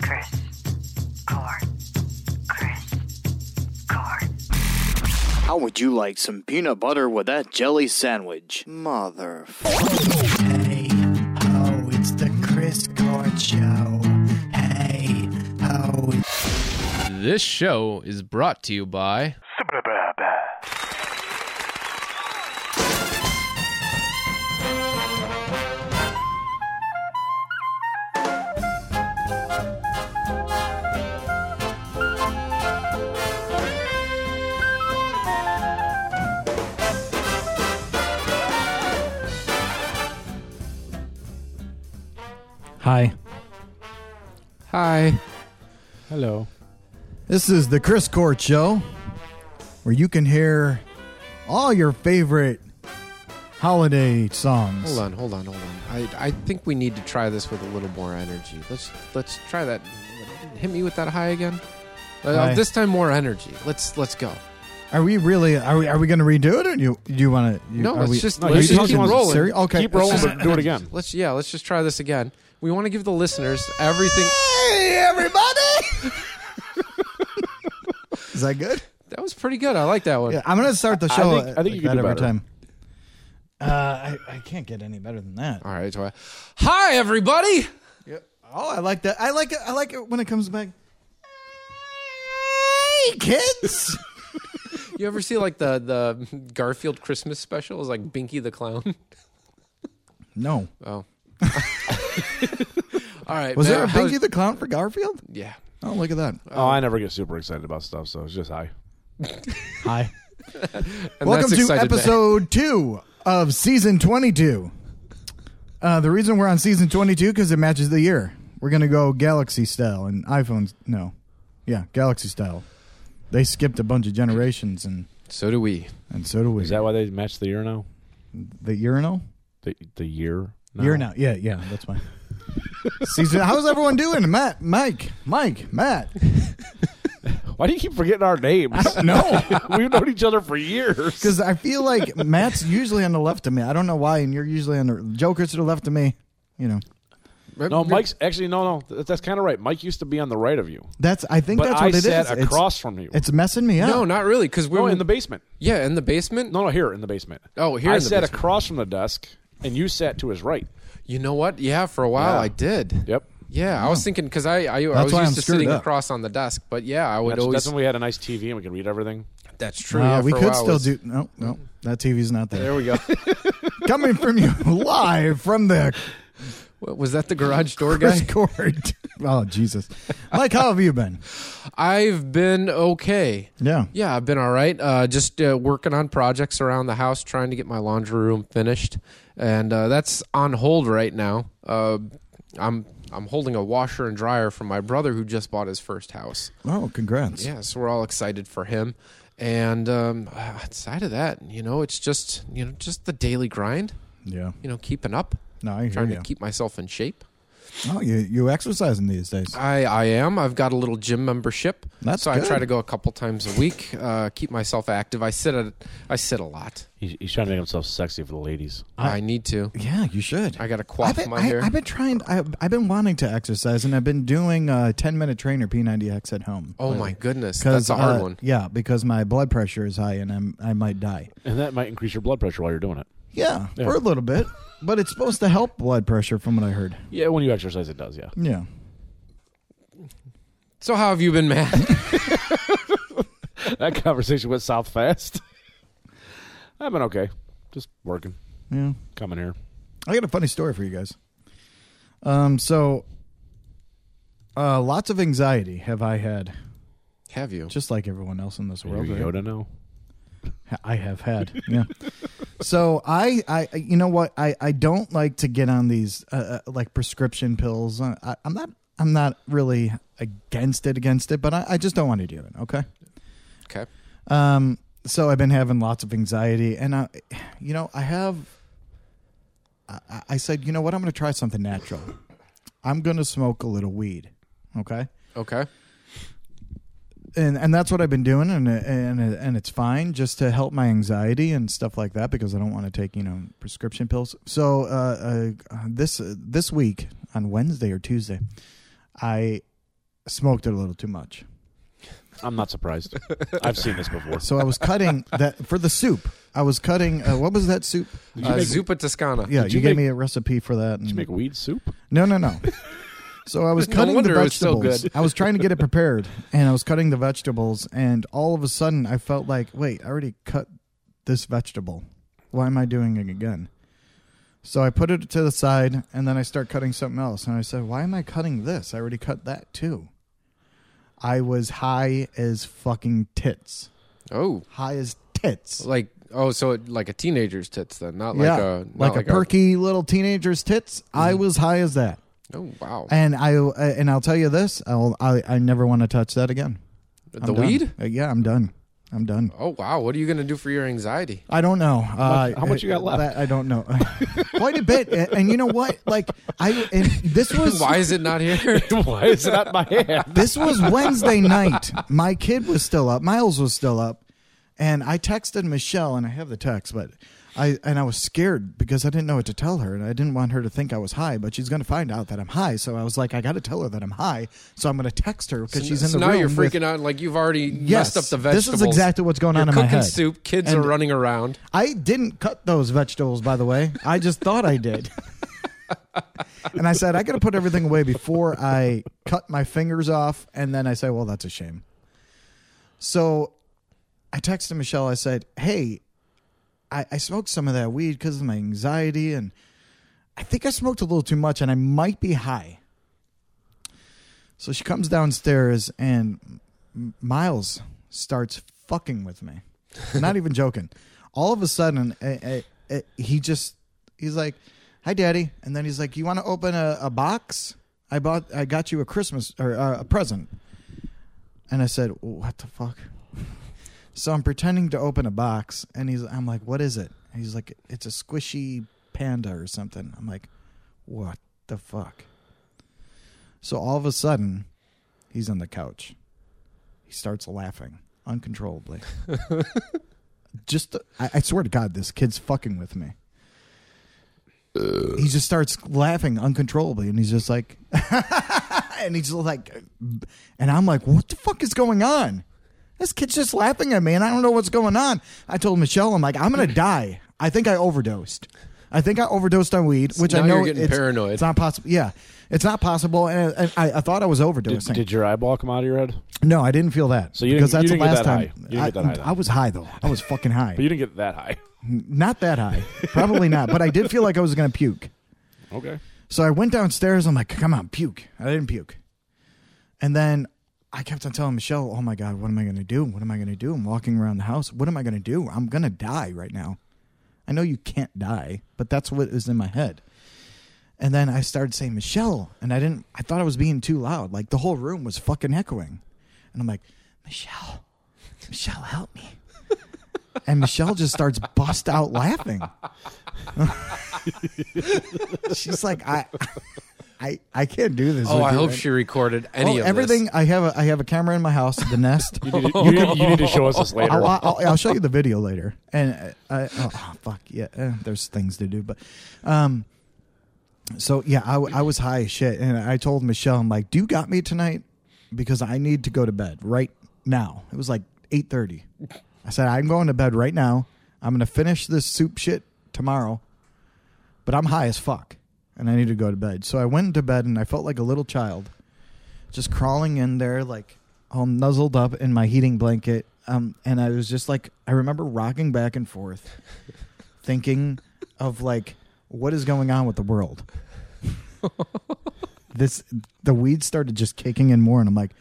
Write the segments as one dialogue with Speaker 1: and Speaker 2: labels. Speaker 1: Chris. Core. Chris. Core.
Speaker 2: How would you like some peanut butter with that jelly sandwich? Mother.
Speaker 3: Hey ho, it's the Chris Court Show. Hey ho,
Speaker 4: This show is brought to you by
Speaker 5: Hi.
Speaker 4: Hi.
Speaker 5: Hello.
Speaker 3: This is the Chris Court Show, where you can hear all your favorite holiday songs.
Speaker 6: Hold on, hold on, hold on. I, I think we need to try this with a little more energy. Let's let's try that. Hit me with that high again. Uh,
Speaker 3: High.
Speaker 6: This time more energy. Let's let's go.
Speaker 3: Are we really? Are we? Are we going to redo it, or do you? Do you want to?
Speaker 6: No,
Speaker 3: are
Speaker 6: it's
Speaker 3: we,
Speaker 6: just-
Speaker 3: Are
Speaker 6: no,
Speaker 3: you
Speaker 6: just
Speaker 3: talking
Speaker 6: keep
Speaker 3: about
Speaker 6: rolling.
Speaker 3: serious- Okay,
Speaker 5: Keep rolling,
Speaker 3: Let's just-
Speaker 5: but do it again.
Speaker 6: Let's yeah, let's just try this again. We want to give the listeners everything.
Speaker 3: Hey, everybody! is that good?
Speaker 6: That was pretty good. I like that one.
Speaker 3: Yeah, I'm going to start the show.
Speaker 5: think- I think
Speaker 3: like
Speaker 5: you can
Speaker 3: that
Speaker 5: do
Speaker 3: every
Speaker 5: better.
Speaker 3: time. Uh, I, I can't get any better than that.
Speaker 6: All right. so I- Hi everybody.
Speaker 3: Oh, I like that. I like it. I like it when it comes back. Hey, kids!
Speaker 6: You ever see like the the Garfield Christmas special? It's like Binky the Clown.
Speaker 3: no,
Speaker 6: Oh. All right.
Speaker 3: was
Speaker 6: man,
Speaker 3: there a
Speaker 6: how's-
Speaker 3: Binky the Clown for Garfield?
Speaker 6: Yeah.
Speaker 3: Oh, look at that!
Speaker 5: Oh, I never get super excited about stuff, so it's just hi.
Speaker 3: Hi.
Speaker 6: And that's
Speaker 3: Welcome to
Speaker 6: Excited Man.
Speaker 3: episode two of season 22. Uh, the reason we're on season 22 because it matches the year. We're going to go Galaxy style and iPhones. No. Yeah, Galaxy style. They skipped a bunch of generations, and,
Speaker 6: So do we.
Speaker 3: and so do we.
Speaker 5: Is that Oh. why they match the year now?
Speaker 3: the urinal?
Speaker 5: The the year? now?
Speaker 3: Year now. Yeah, yeah, that's fine. season. How's everyone doing? Matt, Mike, Mike, Matt.
Speaker 5: Why do you keep forgetting our names?
Speaker 3: No.
Speaker 5: We've known each other for years.
Speaker 3: Because I feel like Matt's usually on the left of me. I don't know why, and you're usually on the Joker's to the left of me. You know,
Speaker 5: No, Mike's actually no, no. th- That's kind of right. Mike used to be on the right of you,
Speaker 3: that's. I think
Speaker 5: but
Speaker 3: that's
Speaker 5: I
Speaker 3: what it is.
Speaker 5: sat
Speaker 3: It's-
Speaker 5: across from you.
Speaker 3: It's messing me up.
Speaker 6: No, not really. Because we're
Speaker 5: no, in the basement.
Speaker 6: yeah in the basement.
Speaker 5: No, no, here in the basement.
Speaker 6: Oh, here
Speaker 5: I
Speaker 6: in the
Speaker 5: sat
Speaker 6: basement.
Speaker 5: across from the desk, and you sat to his right.
Speaker 6: You know what? Yeah, for a while
Speaker 5: Yeah.
Speaker 6: I did.
Speaker 5: Yep.
Speaker 6: Yeah, I was thinking because I I, I
Speaker 3: That's
Speaker 6: was
Speaker 3: why
Speaker 6: used
Speaker 3: I'm
Speaker 6: to
Speaker 3: screwed
Speaker 6: sitting
Speaker 3: up.
Speaker 6: across on the desk, but yeah, I would
Speaker 5: That's,
Speaker 6: always.
Speaker 5: that's when we had a nice TV and we could read everything.
Speaker 6: that's true.
Speaker 3: Uh,
Speaker 6: yeah,
Speaker 3: we
Speaker 6: for a
Speaker 3: could
Speaker 6: while
Speaker 3: still
Speaker 6: was-
Speaker 3: do. No, no, that TV's not there.
Speaker 6: There we go.
Speaker 3: Coming from you live from the
Speaker 6: What, was that the garage door guy?
Speaker 3: Discord. oh Jesus, Mike, how have you been?
Speaker 6: I've been okay.
Speaker 3: Yeah,
Speaker 6: Yeah, I've been all right. Uh, just uh, working on projects around the house, trying to get my laundry room finished, and uh, that's on hold right now. Uh, I'm I'm holding a washer and dryer for my brother who just bought his first house.
Speaker 3: Oh, congrats.
Speaker 6: Yeah, so we're all excited for him. And um, outside of that, you know, it's just you know just the daily grind.
Speaker 3: Yeah.
Speaker 6: You know, keeping up,
Speaker 3: No, I hear
Speaker 6: trying
Speaker 3: you.
Speaker 6: to keep myself in shape.
Speaker 3: oh, you you exercising these days?
Speaker 6: I I am. I've got a little gym membership,
Speaker 3: That's
Speaker 6: so I
Speaker 3: good.
Speaker 6: try to go a couple times a week. Uh, keep myself active. I sit at I sit a lot.
Speaker 5: He's, he's trying to make himself sexy for the ladies.
Speaker 6: I, need to.
Speaker 3: yeah, you should.
Speaker 6: I got to quaff
Speaker 3: I've been,
Speaker 6: my
Speaker 3: I,
Speaker 6: hair.
Speaker 3: have been trying. I, I've been wanting to exercise, and I've been doing a ten minute trainer P90X at home.
Speaker 6: oh my goodness, that's a hard
Speaker 3: uh,
Speaker 6: one.
Speaker 3: Yeah, because my blood pressure is high, and I'm I might die.
Speaker 5: And that might increase your blood pressure while you're doing it.
Speaker 3: Yeah, for a little bit, but it's supposed to help blood pressure, from what I heard.
Speaker 5: Yeah, when you exercise, it does. Yeah.
Speaker 3: Yeah.
Speaker 6: So how have you been, man?
Speaker 5: that conversation went south fast. I've been okay, just working,
Speaker 3: Yeah.
Speaker 5: coming here.
Speaker 3: I got a funny story for you guys. Um, so uh, lots of anxiety have I had,
Speaker 6: have you?
Speaker 3: just like everyone else in this
Speaker 5: You're
Speaker 3: world. right?
Speaker 5: Yoda now.
Speaker 3: Ha- I have had, yeah. so I, I, I- you know what? I, I don't like to get on these uh, uh, like prescription pills. Uh, I, I'm not, I'm not really against it, against it, but I, I just don't want to do it. Okay.
Speaker 6: Okay.
Speaker 3: Um, so I've been having lots of anxiety, and I, you know, I have. I- I, I said, you know what? I'm going to try something natural. I'm going to smoke a little weed, okay?
Speaker 6: Okay.
Speaker 3: And and that's what I've been doing, and and and it's fine just to help my anxiety and stuff like that because I don't want to take you know prescription pills. So uh, uh, this this week on Wednesday or Tuesday, I smoked it a little too much.
Speaker 5: I'm not surprised. I've seen this before.
Speaker 3: So I was cutting that for the soup. I was cutting. Uh, what was that soup?
Speaker 6: Uh, Zupa Toscana.
Speaker 3: Yeah,
Speaker 5: Did
Speaker 3: you,
Speaker 5: you
Speaker 3: gave
Speaker 5: make-
Speaker 3: me a recipe for that. And,
Speaker 5: Did you make weed soup?
Speaker 3: No, no, no. So I was
Speaker 6: No
Speaker 3: cutting the
Speaker 6: wonder it was so
Speaker 3: vegetables. I was trying to get it prepared, and I was cutting the vegetables, and all of a sudden I felt like, wait, I already cut this vegetable. Why am I doing it again? So I put it to the side, and then I start cutting something else, and I said, why am I cutting this? I already cut that too. I was high as fucking tits,
Speaker 6: Oh,
Speaker 3: high as tits.
Speaker 6: like oh, so it, like a teenager's tits then, not like
Speaker 3: yeah,
Speaker 6: a Mm-hmm. not
Speaker 3: like, a perky little teenager's tits. I was high as that.
Speaker 6: oh wow,
Speaker 3: And I uh, and I'll tell you this: I'll, I I never want to touch that again. I'm
Speaker 6: the
Speaker 3: done.
Speaker 6: weed.
Speaker 3: Uh, yeah, I'm done. I'm done.
Speaker 6: Oh wow, what are you gonna do for your anxiety?
Speaker 3: I don't know. How
Speaker 5: much- how much you got left?
Speaker 3: That I don't know. Quite a bit. And, and you know what? Like I, and this was
Speaker 6: Why is it not here?
Speaker 5: Why is it not my hand?
Speaker 3: this was Wednesday night. My kid was still up. Miles was still up, and I texted Michelle, and I have the text, but I and I was scared because I didn't know what to tell her, and I didn't want her to think I was high. But she's going to find out that I'm high, so I was like, I got to tell her that I'm high. So I'm going to text her because she's in
Speaker 6: so
Speaker 3: the
Speaker 6: now
Speaker 3: room.
Speaker 6: you're
Speaker 3: with-
Speaker 6: freaking out, like you've already
Speaker 3: Yes,
Speaker 6: messed up the vegetables.
Speaker 3: This is exactly what's going
Speaker 6: You're
Speaker 3: on in
Speaker 6: cooking
Speaker 3: my head.
Speaker 6: soup. Kids
Speaker 3: And
Speaker 6: are running around.
Speaker 3: I didn't cut those vegetables, by the way. I just thought I did. and I said I got to put everything away before I cut my fingers off. And then I say, well, that's a shame. So I texted Michelle. I said, hey, I, I smoked some of that weed because of my anxiety, and I think I smoked a little too much, and I might be high. So she comes downstairs, and M- Miles starts fucking with me. Not even joking. All of a sudden, I, I, I, he just he's like, "Hi, Daddy," and then he's like, "You want to open a, a box? I bought, I got you a Christmas or uh, a present." And I said, "What the fuck?" So I'm pretending to open a box, and he's, I'm like, "What is it?" And he's like, "It's a squishy panda or something." I'm like, "What the fuck?" So all of a sudden, he's on the couch. He starts laughing uncontrollably. just, I, I swear to God, this kid's fucking with me. He just starts laughing uncontrollably, and he's just like, and he's like, and I'm like, what the fuck is going on? This kid's just laughing at me, and I don't know what's going on. I told Michelle, I'm like, I'm gonna die. I think I overdosed. I think I overdosed on weed, which I
Speaker 6: now
Speaker 3: know
Speaker 6: you're getting
Speaker 3: it's,
Speaker 6: paranoid.
Speaker 3: It's not possible. Yeah, it's not possible. And, and I, I thought I was
Speaker 5: Did,
Speaker 3: overdosing.
Speaker 5: did your eyeball come out of your head?
Speaker 3: No, I didn't feel that.
Speaker 5: So you didn't-
Speaker 3: because that's
Speaker 5: you
Speaker 3: the
Speaker 5: didn't
Speaker 3: last
Speaker 5: get that
Speaker 3: time.
Speaker 5: high. You didn't
Speaker 3: I,
Speaker 5: get that high, though.
Speaker 3: I was high though. I was fucking high.
Speaker 5: But you didn't get that high.
Speaker 3: not that high. Probably not. But I did feel like I was going to puke.
Speaker 5: Okay.
Speaker 3: So I went downstairs. I'm like, come on, puke. I didn't puke. And then I kept on telling Michelle, oh my God, what am I going to do? What am I going to do? I'm walking around the house. What am I going to do? I'm going to die right now. I know you can't die, but that's what is in my head. And then I started saying Michelle, and I didn't, I thought I was being too loud. Like the whole room was fucking echoing. And I'm like, Michelle, Michelle, help me. And Michelle just starts bust out laughing. She's like, I, I, I can't do this.
Speaker 6: Oh,
Speaker 3: with
Speaker 6: I
Speaker 3: you
Speaker 6: hope
Speaker 3: right
Speaker 6: she recorded any
Speaker 3: Oh,
Speaker 6: of
Speaker 3: everything.
Speaker 6: This.
Speaker 3: I have a I have a camera in my house, the Nest.
Speaker 5: You need, to, you, need, you need to show us this later.
Speaker 3: I'll, I'll, I'll show you the video later. And I, I oh, oh, fuck yeah, eh, there's things to do, but um, so yeah, I, w- I was high as shit, and I told Michelle, I'm like, do you got me tonight? Because I need to go to bed right now. It was like eight thirty. I said I'm going to bed right now. I'm gonna finish this soup shit tomorrow, but I'm high as fuck, and I need to go to bed. So I went to bed, and I felt like a little child just crawling in there, like all nuzzled up in my heating blanket. Um, and I was just like, I remember rocking back and forth, thinking of like, what is going on with the world? this, the weed started just kicking in more, and I'm like,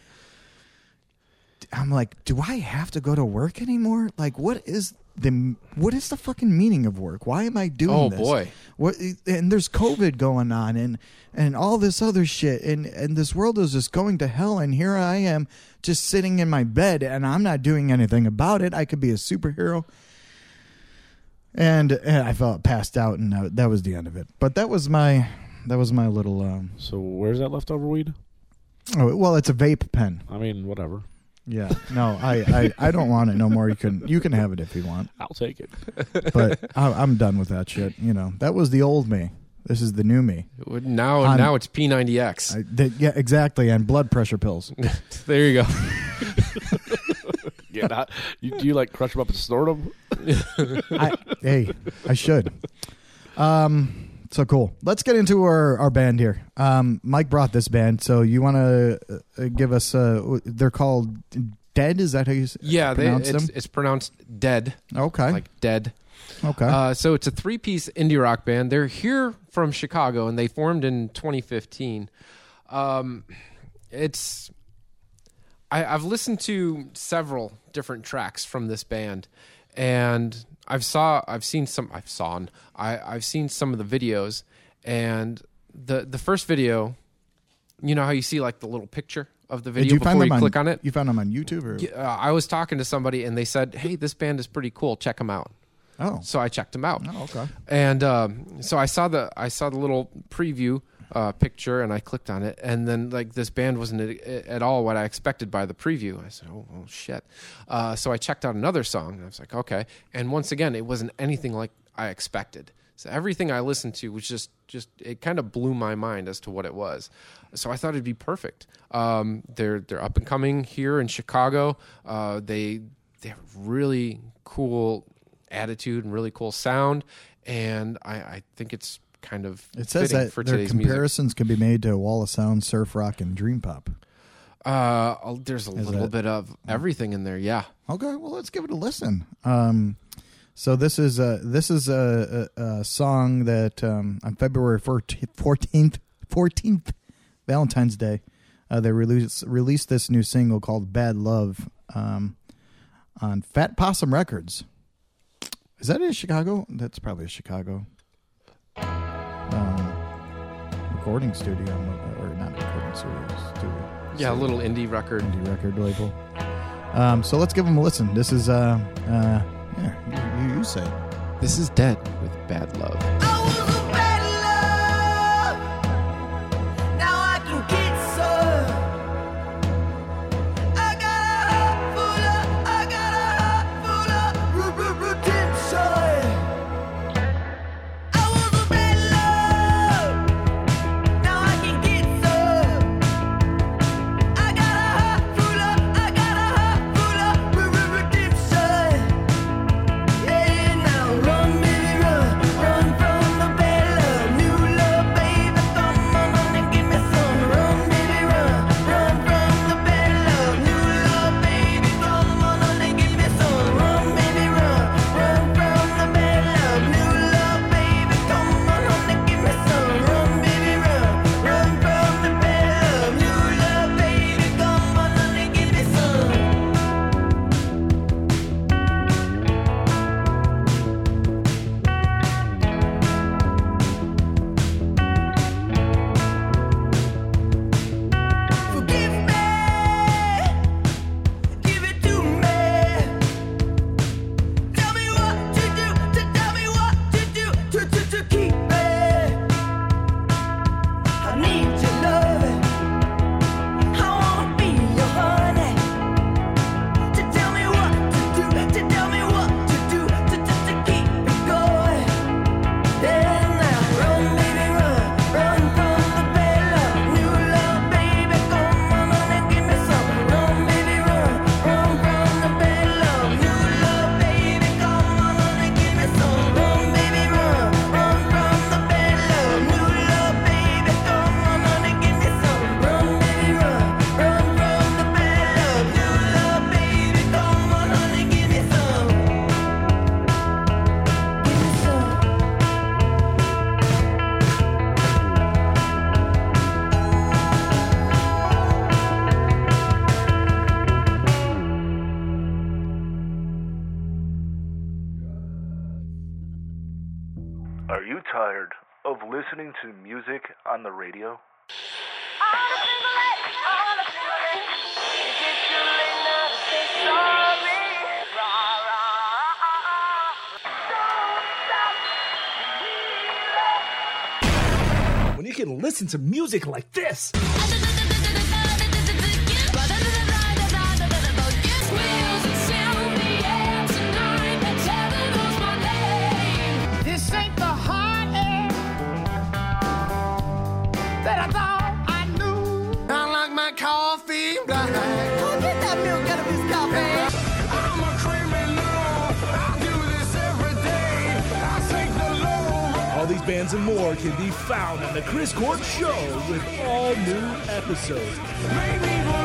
Speaker 3: I'm like, do I have to go to work anymore? Like, what is the what is the fucking meaning of work? Why am I doing
Speaker 6: Oh,
Speaker 3: this?
Speaker 6: boy.
Speaker 3: What and there's COVID going on and and all this other shit and and this world is just going to hell and here I am just sitting in my bed and I'm not doing anything about it. I could be a superhero. And, and I felt passed out and that, that was the end of it. But that was my that was my little um
Speaker 5: so where's that leftover weed?
Speaker 3: oh well it's a vape pen.
Speaker 5: I mean, whatever.
Speaker 3: Yeah. No, I I, I don't want it no more. You can you can have it if you want.
Speaker 5: I'll take it.
Speaker 3: But I, I'm done with that shit, you know. That was the old me. This is the new me.
Speaker 6: Now,
Speaker 3: I'm-
Speaker 6: now it's P90X.
Speaker 3: I, that, yeah, exactly. And blood pressure pills.
Speaker 6: there you go.
Speaker 5: Yeah, not, you, do you like crush them up and snort them?
Speaker 3: I, hey, I should. Um, so cool. Let's get into our, our band here. Um, Mike brought this band, so you want to uh, give us? Uh, w- they're called Dead. Is that how you s-
Speaker 6: Yeah, they,
Speaker 3: pronounce
Speaker 6: it's,
Speaker 3: them?
Speaker 6: it's pronounced dead,
Speaker 3: Okay.
Speaker 6: like dead.
Speaker 3: okay.
Speaker 6: Uh, so it's a three-piece indie rock band. They're here from Chicago, and they formed in 2015. Um, it's I, I've listened to several different tracks from this band, and I've saw I've seen some I've saw I, I've seen some of the videos, and the the first video, you know how you see like the little picture of the
Speaker 3: Did
Speaker 6: video before you
Speaker 3: on,
Speaker 6: click on it.
Speaker 3: You found them on YouTube or?
Speaker 6: uh, I was talking to somebody and they said, "Hey, this band is pretty cool. Check them out."
Speaker 3: Oh.
Speaker 6: So I checked them out.
Speaker 3: Oh, okay.
Speaker 6: And um, so I saw the I saw the little preview uh, picture and I clicked on it and then like this band wasn't at, at all what I expected by the preview. I said, "Oh, oh shit!" Uh, so I checked out another song and I was like, "Okay." And once again, it wasn't anything like I expected. So everything I listened to was just just it kind of blew my mind as to what it was. So I thought it'd be perfect. Um, they're they're up and coming here in Chicago. Uh, they they have really cool attitude and really cool sound, and I, I think it's kind of
Speaker 3: It says
Speaker 6: fitting
Speaker 3: that
Speaker 6: for
Speaker 3: their
Speaker 6: today's music.
Speaker 3: comparisons can be made to Wall of Sound, surf rock, and dream pop.
Speaker 6: Uh, I'll- there's a little
Speaker 3: it?
Speaker 6: bit of everything in there. Yeah,
Speaker 3: Okay, well, let's give it a listen. Um, so this is a this is a, a, a song that um, on February fourteenth fourteenth Valentine's Day, uh, they released released this new single called "Bad Love" um, on Fat Possum Records. Is that in Chicago? That's probably a Chicago um, recording studio, or not recording studio, studio
Speaker 6: yeah, a little indie record.
Speaker 3: indie record label. Um, so let's give them a listen. This is, uh, uh, yeah, you, you, you say. it.
Speaker 6: This is Dead with Bad Love.
Speaker 7: I was a bad love. Now I can get some. I got a heart full of, I got a heart full of redemption. I was a bad love. Now I can get some. I got a heart full of, I got a heart full of redemption. Some. Forgive me, give it to me. Tell me what to do, to tell me what to do, to to to keep me. I need your love. I wanna be your honey. To tell me what to do, to tell me what to do, to to to keep me going. Then I run, baby, run, run from the bad love, new love, baby, come on and give me some. Run, baby, run, run from the bad love, new love, baby, come on and give me some. Run, baby, run, run from the bad love, new love, baby, come on and give me some. Run, baby, run, run from the bad love, new love, baby, come on and give me some. Give me some.
Speaker 8: Are you tired of listening to music on the radio?
Speaker 9: When you can listen to music like this.
Speaker 10: This ain't the hot air.
Speaker 9: bands, and more can be found on The Chris Court Show with all new episodes.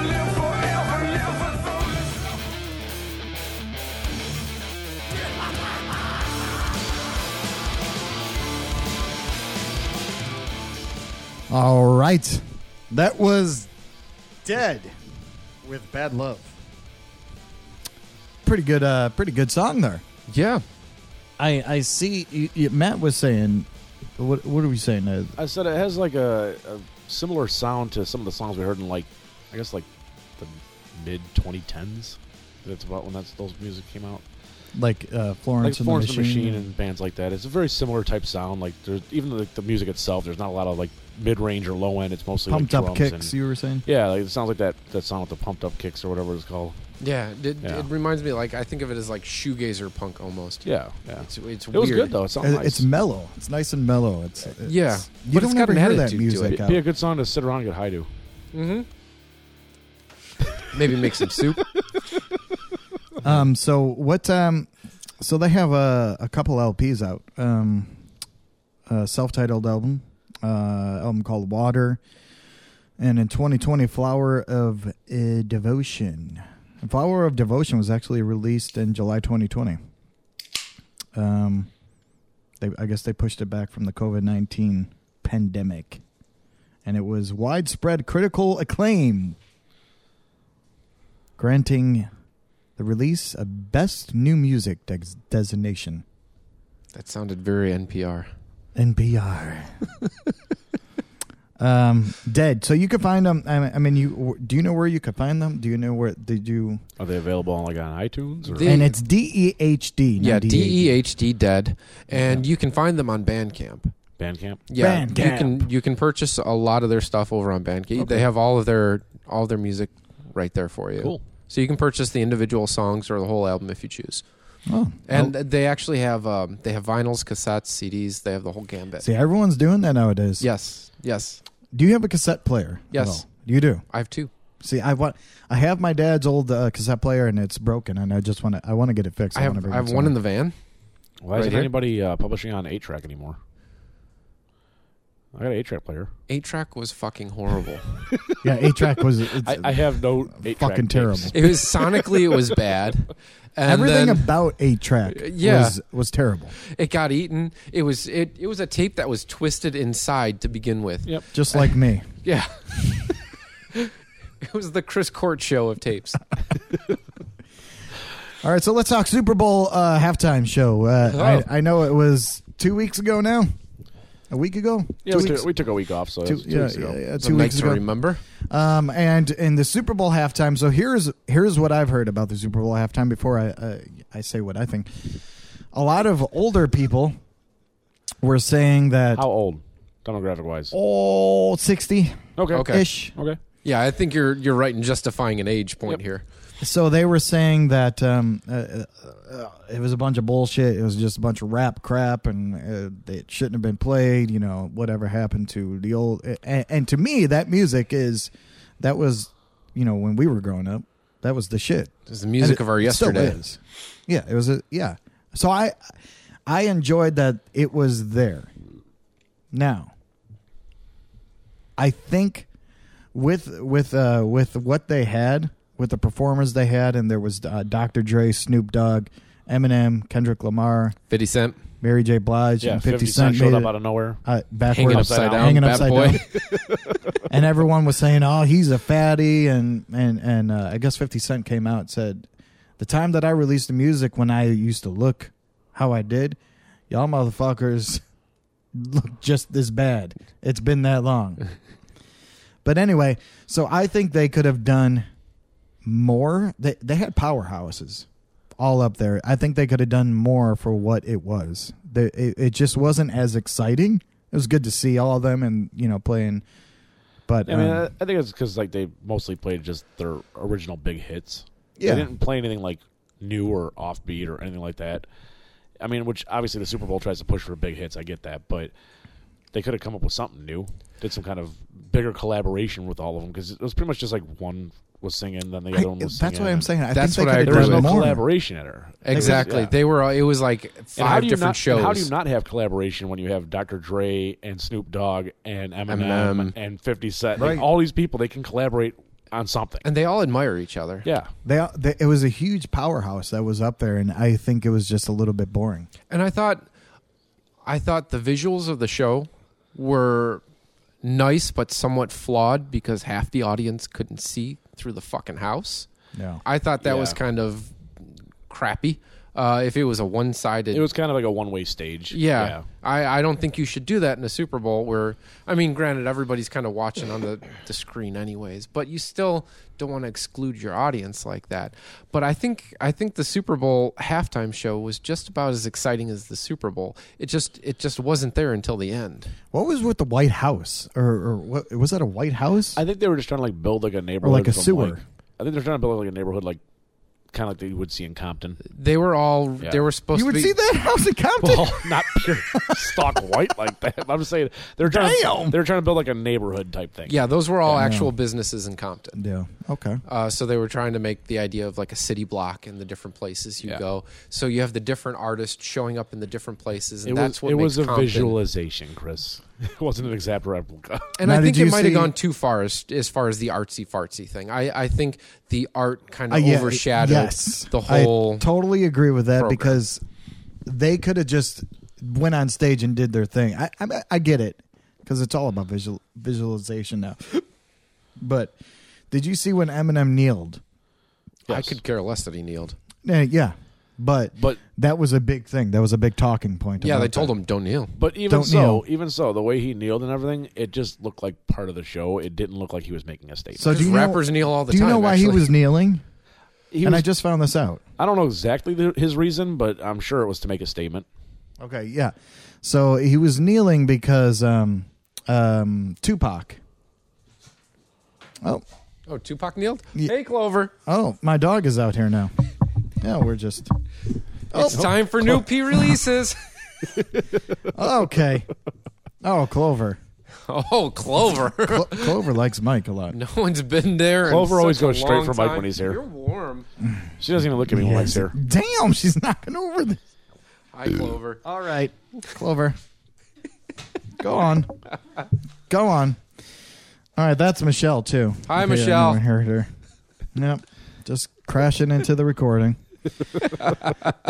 Speaker 3: All right. That was Dead with Bad Love. Pretty good uh pretty good song there.
Speaker 6: Yeah.
Speaker 3: I I see you, you, Matt was saying what what are we saying? Uh,
Speaker 5: I said it has like a, a similar sound to some of the songs we heard in like, I guess like the mid 2010s. That's about when that's those music came out.
Speaker 3: like uh
Speaker 5: Like
Speaker 3: Florence, and,
Speaker 5: Florence
Speaker 3: the
Speaker 5: and
Speaker 3: Machine.
Speaker 5: and bands like that. It's a very similar type sound. Like there's even like the music itself. There's not a lot of like mid range or low end. It's mostly
Speaker 3: Pumped
Speaker 5: like
Speaker 3: up
Speaker 5: drums
Speaker 3: kicks,
Speaker 5: and-
Speaker 3: you were saying?
Speaker 5: yeah, like it sounds like that that sound with the pumped up kicks or whatever it's called.
Speaker 6: Yeah. It, it-
Speaker 5: Yeah.
Speaker 6: it reminds me like I think of it as like shoegazer punk almost.
Speaker 5: Yeah, yeah.
Speaker 6: It's it's
Speaker 5: it was
Speaker 6: weird.
Speaker 5: good though. It sounded
Speaker 3: It-
Speaker 5: nice.
Speaker 3: Uh, It's mellow. It's nice and mellow. It's, it's
Speaker 6: Yeah.
Speaker 3: You
Speaker 6: But
Speaker 3: don't
Speaker 6: it's got
Speaker 3: ever
Speaker 6: an
Speaker 3: hear that
Speaker 6: attitude to
Speaker 3: music
Speaker 6: it.
Speaker 3: out.
Speaker 5: be a good song to sit around and get high to.
Speaker 6: Maybe make some soup.
Speaker 3: Um, so what? Um, so they have a, a couple LPs out. Um, a self-titled album, uh, album called Water, and in 2020, Flower of uh, Devotion. And Flower of Devotion was actually released in July 2020. Um, they I guess they pushed it back from the COVID 19 pandemic, and it was widespread critical acclaim, granting the release of Best New Music des- designation,
Speaker 6: that sounded very NPR.
Speaker 3: NPR. um, dead. So you can find them. I I mean, you do you know where you could find them? Do you know where did you?
Speaker 5: Are they available on like on iTunes? Or?
Speaker 6: They-
Speaker 3: and it's D E H D.
Speaker 6: Eh. Yeah,
Speaker 3: D
Speaker 6: D E H D dead, and you can find them on Bandcamp.
Speaker 5: Bandcamp.
Speaker 6: Yeah,
Speaker 3: Bandcamp.
Speaker 6: you can you can purchase a lot of their stuff over on Bandcamp. They have all of their all of their music right there for you.
Speaker 5: Cool.
Speaker 6: So you can purchase the individual songs or the whole album if you choose.
Speaker 3: Oh,
Speaker 6: And they actually have um, they have vinyls, cassettes, CDs. They have the whole gambit.
Speaker 3: see, everyone's doing that nowadays.
Speaker 6: Yes, yes,
Speaker 3: Do you have a cassette player? at
Speaker 6: Yes.
Speaker 3: all? You do.
Speaker 6: I have two.
Speaker 3: See, I want. I have my dad's old uh, cassette player, and it's broken, and I just want to. I want to get it fixed.
Speaker 6: I have
Speaker 3: wanna bring
Speaker 6: I have
Speaker 3: it
Speaker 6: one in
Speaker 3: somewhere.
Speaker 6: the van.
Speaker 5: Why
Speaker 6: Right
Speaker 5: isn't
Speaker 6: here?
Speaker 5: anybody uh, publishing on eight track anymore? I got an eight track player.
Speaker 6: Eight track was fucking horrible.
Speaker 3: Yeah, eight track was. It's,
Speaker 5: I, I have no eight
Speaker 3: fucking terrible.
Speaker 6: it was sonically it was bad. And
Speaker 3: Everything
Speaker 6: then-
Speaker 3: about eight track
Speaker 6: Yeah.
Speaker 3: was was terrible.
Speaker 6: It got eaten. It was it, it was a tape that was twisted inside to begin with.
Speaker 5: Yep.
Speaker 3: Just like me.
Speaker 6: Yeah. it was the Chris Court show of tapes.
Speaker 3: All right, so let's talk Super Bowl uh, halftime show. Uh,
Speaker 5: Oh.
Speaker 3: I, I know it was two weeks ago now, a week ago.
Speaker 5: Yeah,
Speaker 3: two
Speaker 5: we,
Speaker 3: weeks.
Speaker 5: took, we took a week off, so
Speaker 3: two,
Speaker 5: it's two
Speaker 3: yeah,
Speaker 5: weeks ago.
Speaker 3: yeah, yeah,
Speaker 6: It's
Speaker 3: two
Speaker 6: a night
Speaker 3: weeks
Speaker 6: to
Speaker 3: ago.
Speaker 6: remember.
Speaker 3: Um, and in the Super Bowl halftime, so here's here's what I've heard about the Super Bowl halftime. Before I uh, I say what I think, a lot of older people were saying that
Speaker 5: How old, demographic wise?
Speaker 3: oh, 60
Speaker 5: Okay.
Speaker 6: Okay.
Speaker 3: ish.
Speaker 5: Okay.
Speaker 6: Yeah, I think you're you're right in justifying an age point
Speaker 5: Yep.
Speaker 6: here.
Speaker 3: So they were saying that um, uh, uh, uh, it was a bunch of bullshit. It was just a bunch of rap crap, and uh, it shouldn't have been played. You know, whatever happened to the old? And, and to me, that music is that was, you know, when we were growing up, that was the shit.
Speaker 6: It was the music
Speaker 3: And it-
Speaker 6: of our
Speaker 3: it still
Speaker 6: yesterday.
Speaker 3: is. Yeah, it was. A, yeah. So I, I enjoyed that it was there. Now, I think with with uh, with what they had, with the performers they had, and there was uh, Dr. Dre, Snoop Dogg, Eminem, Kendrick Lamar,
Speaker 6: Fifty Cent
Speaker 3: Mary J. Blige,
Speaker 5: Yeah,
Speaker 3: and
Speaker 5: 50,
Speaker 3: 50,
Speaker 5: Cent
Speaker 3: made
Speaker 5: showed up
Speaker 3: it,
Speaker 5: out of nowhere.
Speaker 3: uh, backwards,
Speaker 6: hanging upside down,
Speaker 3: hanging
Speaker 6: bad
Speaker 3: upside
Speaker 6: boy.
Speaker 3: down. and everyone was saying, "Oh, he's a fatty," and and and uh, I guess Fifty Cent came out and said, "The time that I released the music, when I used to look how I did, y'all motherfuckers look just this bad. It's been that long." but anyway, so I think they could have done more. They they had powerhouses all up there. I think they could have done more for what it was. They, it, it just wasn't as exciting. It was good to see all of them and you know playing, but
Speaker 5: I mean,
Speaker 3: um,
Speaker 5: I, I think it's because like they mostly played just their original big hits.
Speaker 3: Yeah.
Speaker 5: they didn't play anything like new or offbeat or anything like that. I mean, which obviously the Super Bowl tries to push for big hits. I get that, but they could have come up with something new. did some kind of bigger collaboration with all of them because it was pretty much just like one was singing, then the other one
Speaker 3: I-
Speaker 5: was
Speaker 3: that's
Speaker 5: singing.
Speaker 3: what I'm saying. I
Speaker 6: That's
Speaker 3: think
Speaker 6: what
Speaker 3: they
Speaker 6: I
Speaker 3: could
Speaker 5: There
Speaker 6: agree
Speaker 5: was
Speaker 3: have
Speaker 5: no
Speaker 3: done
Speaker 6: with.
Speaker 3: more.
Speaker 5: collaboration at her.
Speaker 6: Exactly.
Speaker 5: Yeah.
Speaker 6: They were. all- It was like
Speaker 5: And how
Speaker 6: five
Speaker 5: do you
Speaker 6: different
Speaker 5: not,
Speaker 6: shows.
Speaker 5: and How do you not have collaboration when you have Dr. Dre and Snoop Dogg and Eminem
Speaker 6: Eminem.
Speaker 5: and 50 Cent?
Speaker 3: Right.
Speaker 5: Like all these people, they can collaborate on something.
Speaker 6: and they all admire each other.
Speaker 5: Yeah.
Speaker 3: They, they it was a huge powerhouse that was up there, and I think it was just a little bit boring.
Speaker 6: And I thought, I thought the visuals of the show were nice but somewhat flawed because half the audience couldn't see through the fucking house.
Speaker 3: No,
Speaker 6: I thought that was
Speaker 5: Yeah.
Speaker 6: kind of crappy. Uh, if it was a one-sided,
Speaker 5: It was kind of like a one way stage.
Speaker 6: Yeah. I, I don't think you should do that in a Super Bowl where, I mean, granted, everybody's kind of watching on the, the screen anyways, but you still don't want to exclude your audience like that. But I think I think the Super Bowl halftime show was just about as exciting as the Super Bowl. It just it just wasn't there until the end.
Speaker 3: what was with the White House, or, or what was that a White House?
Speaker 5: I think they were just trying to like build like a neighborhood.
Speaker 3: a
Speaker 5: from,
Speaker 3: sewer.
Speaker 5: like- I think they're trying to build like a neighborhood like kind of like they would see in Compton.
Speaker 6: They were all
Speaker 5: Yeah.
Speaker 6: they were supposed
Speaker 3: you
Speaker 6: to
Speaker 3: would
Speaker 6: be
Speaker 3: see that house in Compton.
Speaker 6: Oh.
Speaker 5: Well, not pure stock white like that. I'm just saying they're trying.
Speaker 3: Damn.
Speaker 5: They're trying to build like a neighborhood type thing.
Speaker 6: Yeah, those were all actual businesses in Compton.
Speaker 3: yeah. Okay.
Speaker 6: Uh, so they were trying to make the idea of like a city block and the different places you
Speaker 5: Yeah.
Speaker 6: go. So you have the different artists showing up in the different places, and
Speaker 5: It
Speaker 6: that's
Speaker 5: was,
Speaker 6: what
Speaker 5: it
Speaker 6: makes
Speaker 5: was a
Speaker 6: Compton-
Speaker 5: visualization, Chris. It wasn't an exact replica.
Speaker 6: And
Speaker 3: Now,
Speaker 6: I think
Speaker 3: did
Speaker 6: it
Speaker 3: you
Speaker 6: might have
Speaker 3: see-
Speaker 6: gone too far as, as far as the artsy fartsy thing. I, I think the art kind
Speaker 3: Uh,
Speaker 6: of
Speaker 3: yeah,
Speaker 6: overshadowed
Speaker 3: yes.
Speaker 6: the whole.
Speaker 3: I totally agree with that
Speaker 6: program.
Speaker 3: because they could have just went on stage and did their thing. I I, I get it because it's all about visual visualization now. But did you see when Eminem kneeled?
Speaker 6: I could care less that he kneeled.
Speaker 3: Eh, yeah, but
Speaker 5: But-
Speaker 3: that was a big thing. That was a big talking point.
Speaker 6: Yeah,
Speaker 3: about
Speaker 6: they told
Speaker 3: that.
Speaker 6: him don't kneel.
Speaker 5: But even
Speaker 3: Don't
Speaker 5: so,
Speaker 3: kneel.
Speaker 5: even so, the way he kneeled and everything, it just looked like part of the show. It didn't look like he was making a statement.
Speaker 3: So do
Speaker 6: Because
Speaker 3: you know-
Speaker 6: rappers kneel all the
Speaker 3: Do you know
Speaker 6: time,
Speaker 3: why he
Speaker 6: actually.
Speaker 3: was kneeling?
Speaker 5: he
Speaker 3: and
Speaker 5: was, I,
Speaker 3: I just found this out.
Speaker 5: don't know exactly the, his reason, but I'm sure it was to make a statement.
Speaker 3: Okay, yeah. So he was kneeling because um, um, Tupac. Oh,
Speaker 6: Oh, Tupac kneeled.
Speaker 3: Yeah.
Speaker 6: Hey, Clover,
Speaker 3: oh, my dog is out here now. Yeah, we're just oh,
Speaker 5: Oh,
Speaker 6: it's time for new P releases.
Speaker 3: okay. Oh, Clover.
Speaker 6: oh, Clover.
Speaker 3: Clo- Clover likes Mike a lot.
Speaker 6: no one's been there. in
Speaker 5: Clover always
Speaker 6: such a
Speaker 5: goes straight
Speaker 6: long
Speaker 5: for Mike
Speaker 6: time.
Speaker 5: when he's here.
Speaker 6: You're warm.
Speaker 5: She doesn't even look at me when I'm
Speaker 3: Yes.
Speaker 5: here.
Speaker 3: Damn, she's knocking over this.
Speaker 6: Hi, Clover.
Speaker 3: All right, Clover. Go on. Go on. All right, that's Michelle too.
Speaker 6: Hi,
Speaker 3: If you
Speaker 6: Michelle.
Speaker 3: haven't Heard her. Yep. Just crashing into the recording.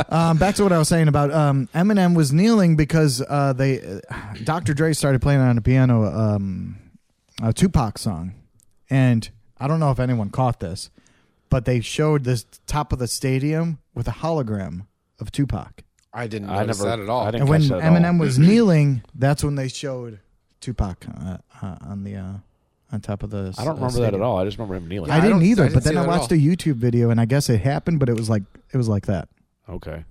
Speaker 3: um, back to what I was saying about um, Eminem was kneeling because uh, they, uh, Dr. Dre started playing on the piano um, a Tupac song, and I don't know if anyone caught this, but they showed this top of the stadium with a hologram of Tupac.
Speaker 6: I didn't
Speaker 5: I
Speaker 6: notice
Speaker 5: never-
Speaker 6: that at all.
Speaker 5: I didn't-
Speaker 3: And when
Speaker 5: catch that at all.
Speaker 3: Eminem was kneeling, that's when they showed Tupac uh, uh, on the uh, on top of the.
Speaker 5: I don't
Speaker 3: uh,
Speaker 5: remember that
Speaker 3: stadium.
Speaker 5: at all. I just remember him kneeling.
Speaker 3: I didn't
Speaker 6: don't-
Speaker 3: either,
Speaker 6: I didn't
Speaker 3: but
Speaker 6: see
Speaker 3: then I
Speaker 6: that at
Speaker 3: watched a
Speaker 6: all.
Speaker 3: YouTube video, and I guess it happened, but it was like it was like that.
Speaker 5: okay.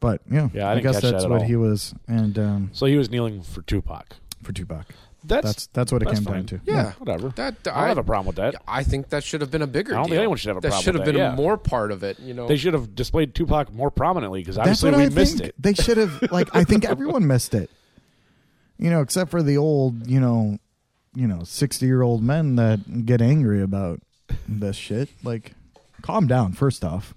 Speaker 3: But yeah,
Speaker 5: Yeah, I didn't
Speaker 3: guess
Speaker 5: catch that
Speaker 3: that's
Speaker 5: at
Speaker 3: what
Speaker 5: all.
Speaker 3: he was, and um,
Speaker 5: So he was kneeling for Tupac.
Speaker 3: for Tupac,
Speaker 5: That's
Speaker 3: that's that's what it
Speaker 5: that's
Speaker 3: came
Speaker 5: fine.
Speaker 3: down to.
Speaker 6: Yeah.
Speaker 5: whatever.
Speaker 6: That-
Speaker 5: I don't
Speaker 6: I-
Speaker 5: have a problem with that.
Speaker 6: I think that should have been a bigger.
Speaker 5: I don't think
Speaker 6: deal.
Speaker 5: anyone should have a
Speaker 6: that
Speaker 5: problem
Speaker 6: should have
Speaker 5: with
Speaker 6: been
Speaker 5: that, yeah.
Speaker 6: more part of it. You know,
Speaker 5: They should have displayed Tupac more prominently because
Speaker 3: that's
Speaker 5: obviously
Speaker 3: what
Speaker 5: we
Speaker 3: I
Speaker 5: missed
Speaker 3: think.
Speaker 5: it.
Speaker 3: They should have like I think everyone missed it. You know, except for the old, you know, you know, sixty year old men that get angry about this shit. Like, calm down. First off.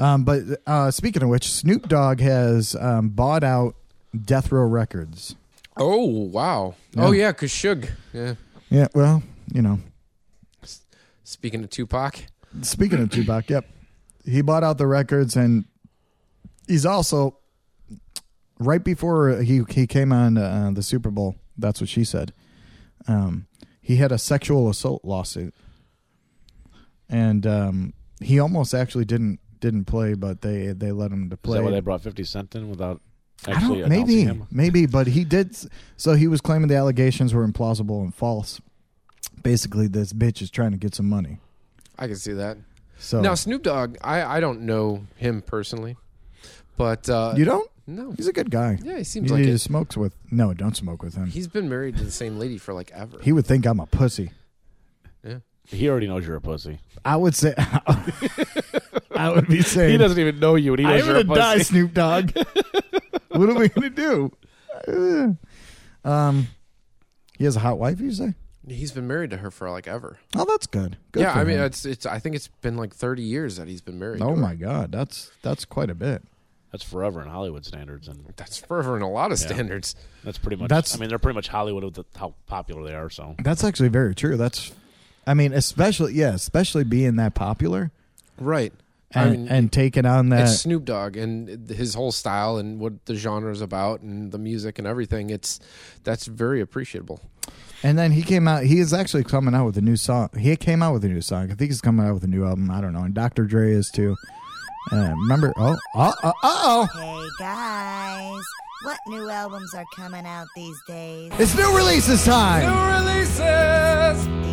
Speaker 3: Um, but uh, speaking of which, Snoop Dogg has um, bought out Death Row Records.
Speaker 6: Oh wow! Oh yeah, cause Suge. Yeah.
Speaker 3: Yeah, well, you know,
Speaker 6: Speaking of Tupac,
Speaker 3: Speaking of Tupac, yep, he bought out the records, and he's also right before he he came on uh, the Super Bowl. That's what she said. Um, he had a sexual assault lawsuit, and um, he almost actually didn't didn't play, but they they let him to
Speaker 5: Is
Speaker 3: play.
Speaker 5: that why they brought 50 Cent in without
Speaker 3: I
Speaker 5: actually
Speaker 3: don't
Speaker 5: announcing
Speaker 3: maybe
Speaker 5: him?
Speaker 3: maybe, but he did. s- So he was claiming the allegations were implausible and false. Basically, this bitch is trying to get some money.
Speaker 6: I can see that.
Speaker 3: So
Speaker 6: Now Snoop Dogg, I I don't know him personally, but uh,
Speaker 3: you don't.
Speaker 6: no,
Speaker 3: He's a good guy.
Speaker 6: Yeah, he seems
Speaker 3: you
Speaker 6: like
Speaker 3: need to
Speaker 6: it.
Speaker 3: smokes with. No, don't smoke with him.
Speaker 6: he's been married to the same lady for like ever.
Speaker 3: he would think I'm a pussy.
Speaker 5: He already knows you're a pussy.
Speaker 3: I would say. I would be saying.
Speaker 5: He doesn't even know you, and he knows
Speaker 3: I'm
Speaker 5: you're a
Speaker 3: gonna die,
Speaker 5: pussy.
Speaker 3: Snoop Dogg. what are we gonna do? Um, He has a hot wife, you say?
Speaker 6: He's been married to her for like ever.
Speaker 3: Oh, that's good. good
Speaker 6: yeah,
Speaker 3: for
Speaker 6: I mean,
Speaker 3: him.
Speaker 6: it's it's. I think it's been like thirty years that he's been married. to
Speaker 3: oh
Speaker 6: her.
Speaker 3: my god, that's that's quite a bit.
Speaker 5: That's forever in Hollywood standards, and
Speaker 6: That's forever in a lot of
Speaker 5: Yeah.
Speaker 6: standards.
Speaker 5: that's pretty much.
Speaker 3: That's-
Speaker 5: I mean, they're pretty much Hollywood with the, how popular they are. So
Speaker 3: That's actually very true. That's, I mean, especially yeah, especially being that popular
Speaker 6: Right.
Speaker 3: and
Speaker 6: I mean,
Speaker 3: and uh, taking on that.
Speaker 6: it's Snoop Dogg and his whole style and what the genre is about and the music and everything. It's that's very appreciable.
Speaker 3: And then he came out. He is actually coming out with a new song. He came out with a new song. I think he's coming out with a new album. I don't know. And Dr. Dre is too. Uh, remember? Oh, uh, uh oh.
Speaker 1: Hey guys, what new albums are coming out these days?
Speaker 3: It's new releases time.
Speaker 1: These days, new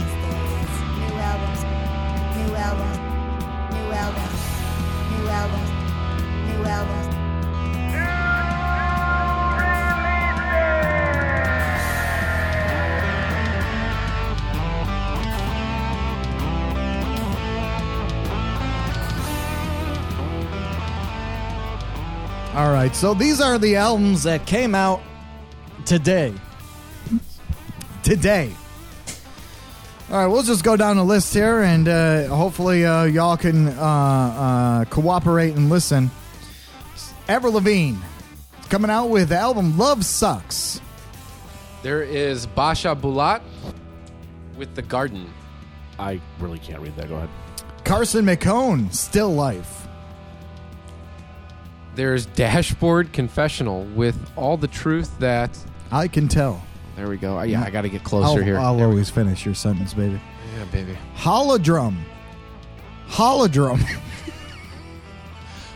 Speaker 1: albums, new albums, new albums, new albums, new albums.
Speaker 3: All right. So these are the albums that came out today. Today. All right, we'll just go down the list here, and uh, hopefully uh, y'all can uh, uh, cooperate and listen. Ever Levine coming out with the album "Love Sucks."
Speaker 6: There is Basha Bulat with the Garden.
Speaker 5: I really can't read that. Go ahead.
Speaker 3: Carson McCone, Still Life.
Speaker 6: There's Dashboard Confessional with all the truth that.
Speaker 3: I can tell.
Speaker 6: There we go. Uh, Yeah, I got to get
Speaker 3: I'll,
Speaker 6: closer here.
Speaker 3: I'll always finish your sentence, baby.
Speaker 6: yeah, baby.
Speaker 3: Holodrum. Holodrum.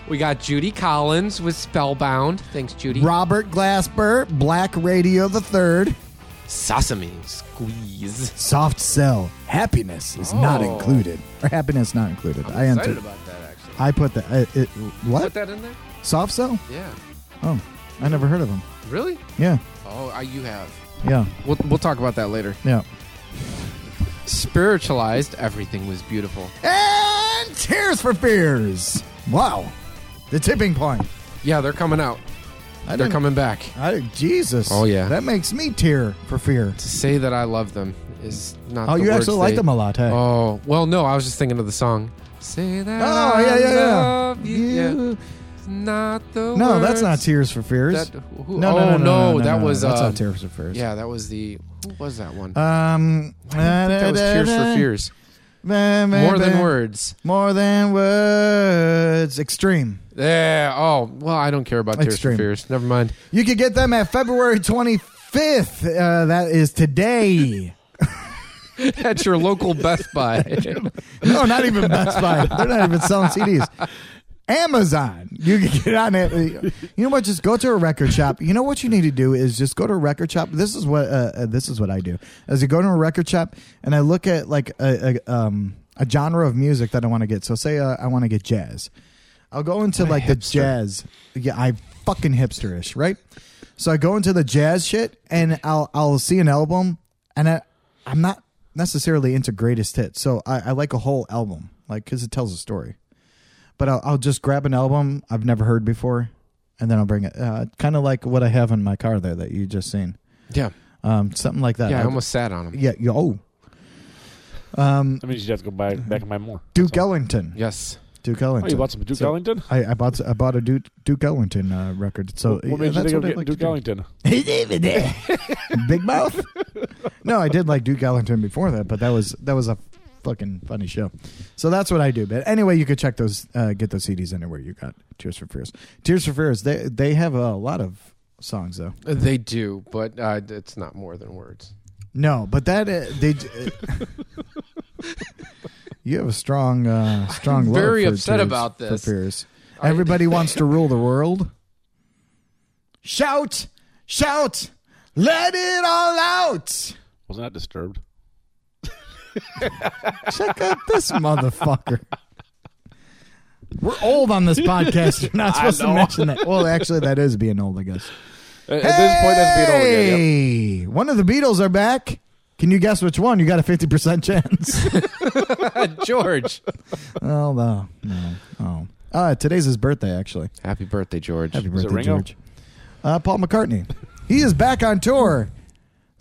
Speaker 6: We got Judy Collins with Spellbound. Thanks, Judy.
Speaker 3: Robert Glasper, Black Radio the Third.
Speaker 6: Sesame Squeeze.
Speaker 3: Soft Cell. Happiness is not
Speaker 6: Oh.
Speaker 3: included. Or happiness not included. i entered.
Speaker 6: about that actually.
Speaker 3: I put that. Uh, it,
Speaker 6: Put
Speaker 3: what?
Speaker 6: that in there.
Speaker 3: Soft Cell?
Speaker 6: Yeah.
Speaker 3: Oh, I never heard of them.
Speaker 6: Really?
Speaker 3: Yeah,
Speaker 6: Oh, I, you have.
Speaker 3: yeah,
Speaker 6: We'll, we'll talk about that later.
Speaker 3: yeah.
Speaker 6: Spiritualized, everything was beautiful.
Speaker 3: And Tears for Fears. Wow, the tipping point.
Speaker 6: Yeah, they're coming out.
Speaker 3: I
Speaker 6: they're
Speaker 3: didn't-
Speaker 6: coming back.
Speaker 3: I, Jesus.
Speaker 6: Oh, yeah.
Speaker 3: That makes me tear for fear.
Speaker 6: To say that I love them is not.
Speaker 3: Oh,
Speaker 6: the
Speaker 3: you
Speaker 6: words
Speaker 3: actually like
Speaker 6: they-
Speaker 3: them a lot, hey?
Speaker 6: Oh well, no, I was just thinking of the song. Say that.
Speaker 3: Oh, yeah,
Speaker 6: I
Speaker 3: yeah, yeah.
Speaker 6: love you.
Speaker 3: You-
Speaker 6: Yeah. It's Not the.
Speaker 3: no, that's not
Speaker 6: words
Speaker 3: Tears for Fears.
Speaker 6: that- who- oh, no, that was,
Speaker 3: That's
Speaker 6: uh,
Speaker 3: not Tears for Fears.
Speaker 6: Yeah, that was the. Who was that one?
Speaker 3: Um,
Speaker 6: that was Tears for Fears. More than words.
Speaker 3: More than words. Extreme.
Speaker 6: Yeah. Oh well, I don't care about Tears
Speaker 3: Extreme.
Speaker 6: for Fears. Never mind.
Speaker 3: You can get them at February 25th. Uh, that is today.
Speaker 6: At your local Best Buy.
Speaker 3: No, not even Best Buy. They're not even selling CDs. Amazon. You can get on it. You know what? Just go to a record shop. You know what you need to do is just go to a record shop. This is what uh, uh, this is what I do. As I go to a record shop and I look at like a, a um a genre of music that I want to get. So say uh, I want to get jazz. I'll go into like the jazz. Yeah, I fucking hipsterish, right? So I go into the jazz shit and I'll I'll see an album and I I'm not necessarily into greatest hits. So I, I like a whole album, like because it tells a story. But I'll, I'll just grab an album I've never heard before, and then I'll bring it. Uh, kind of like what I have in my car there that you just seen.
Speaker 6: yeah.
Speaker 3: Um, something like that.
Speaker 6: Yeah, I
Speaker 3: I'll-
Speaker 6: almost sat on him.
Speaker 3: Yeah. you- Oh,
Speaker 5: That means you'd have to go buy, back and buy more.
Speaker 3: Duke
Speaker 5: So-
Speaker 3: Ellington.
Speaker 6: Yes.
Speaker 3: Duke Ellington.
Speaker 5: Oh, you bought some Duke
Speaker 3: So-
Speaker 5: Ellington?
Speaker 3: I, I bought I bought a Duke, Duke Ellington uh, record. So
Speaker 5: what made
Speaker 3: yeah,
Speaker 5: you
Speaker 3: that's
Speaker 5: think of
Speaker 3: what I
Speaker 5: getting
Speaker 3: like to
Speaker 5: Duke
Speaker 3: do.
Speaker 5: Ellington?
Speaker 3: Big Mouth. no, I did like Duke Ellington before that, but that was that was a fucking funny show. So that's what I do. But anyway, you could check those, uh, get those CDs anywhere you got. Tears for Fears. Tears for Fears. They they have a lot of songs though.
Speaker 6: They do, but uh, it's not more than words.
Speaker 3: No, but that uh, they. you have a strong uh, strong. love
Speaker 6: very
Speaker 3: for
Speaker 6: upset
Speaker 3: Tears
Speaker 6: about
Speaker 3: for
Speaker 6: this.
Speaker 3: Fears. Everybody wants to rule the world. Shout, shout, let it all out.
Speaker 5: Wasn't that disturbed?
Speaker 3: Check out this motherfucker. We're old on this podcast. You're not supposed to mention that. Well, actually, that is being old, I guess.
Speaker 5: At, at this point, that's being old again. Yep.
Speaker 3: Hey, one of the Beatles are back. Can you guess which one? You got a fifty percent chance.
Speaker 6: George.
Speaker 3: oh no, no. Oh, uh, today's his birthday. Actually,
Speaker 6: Happy birthday, George.
Speaker 3: happy
Speaker 5: Is it
Speaker 3: birthday,
Speaker 5: Ringo?
Speaker 3: George. Uh, Paul McCartney. He is back on tour.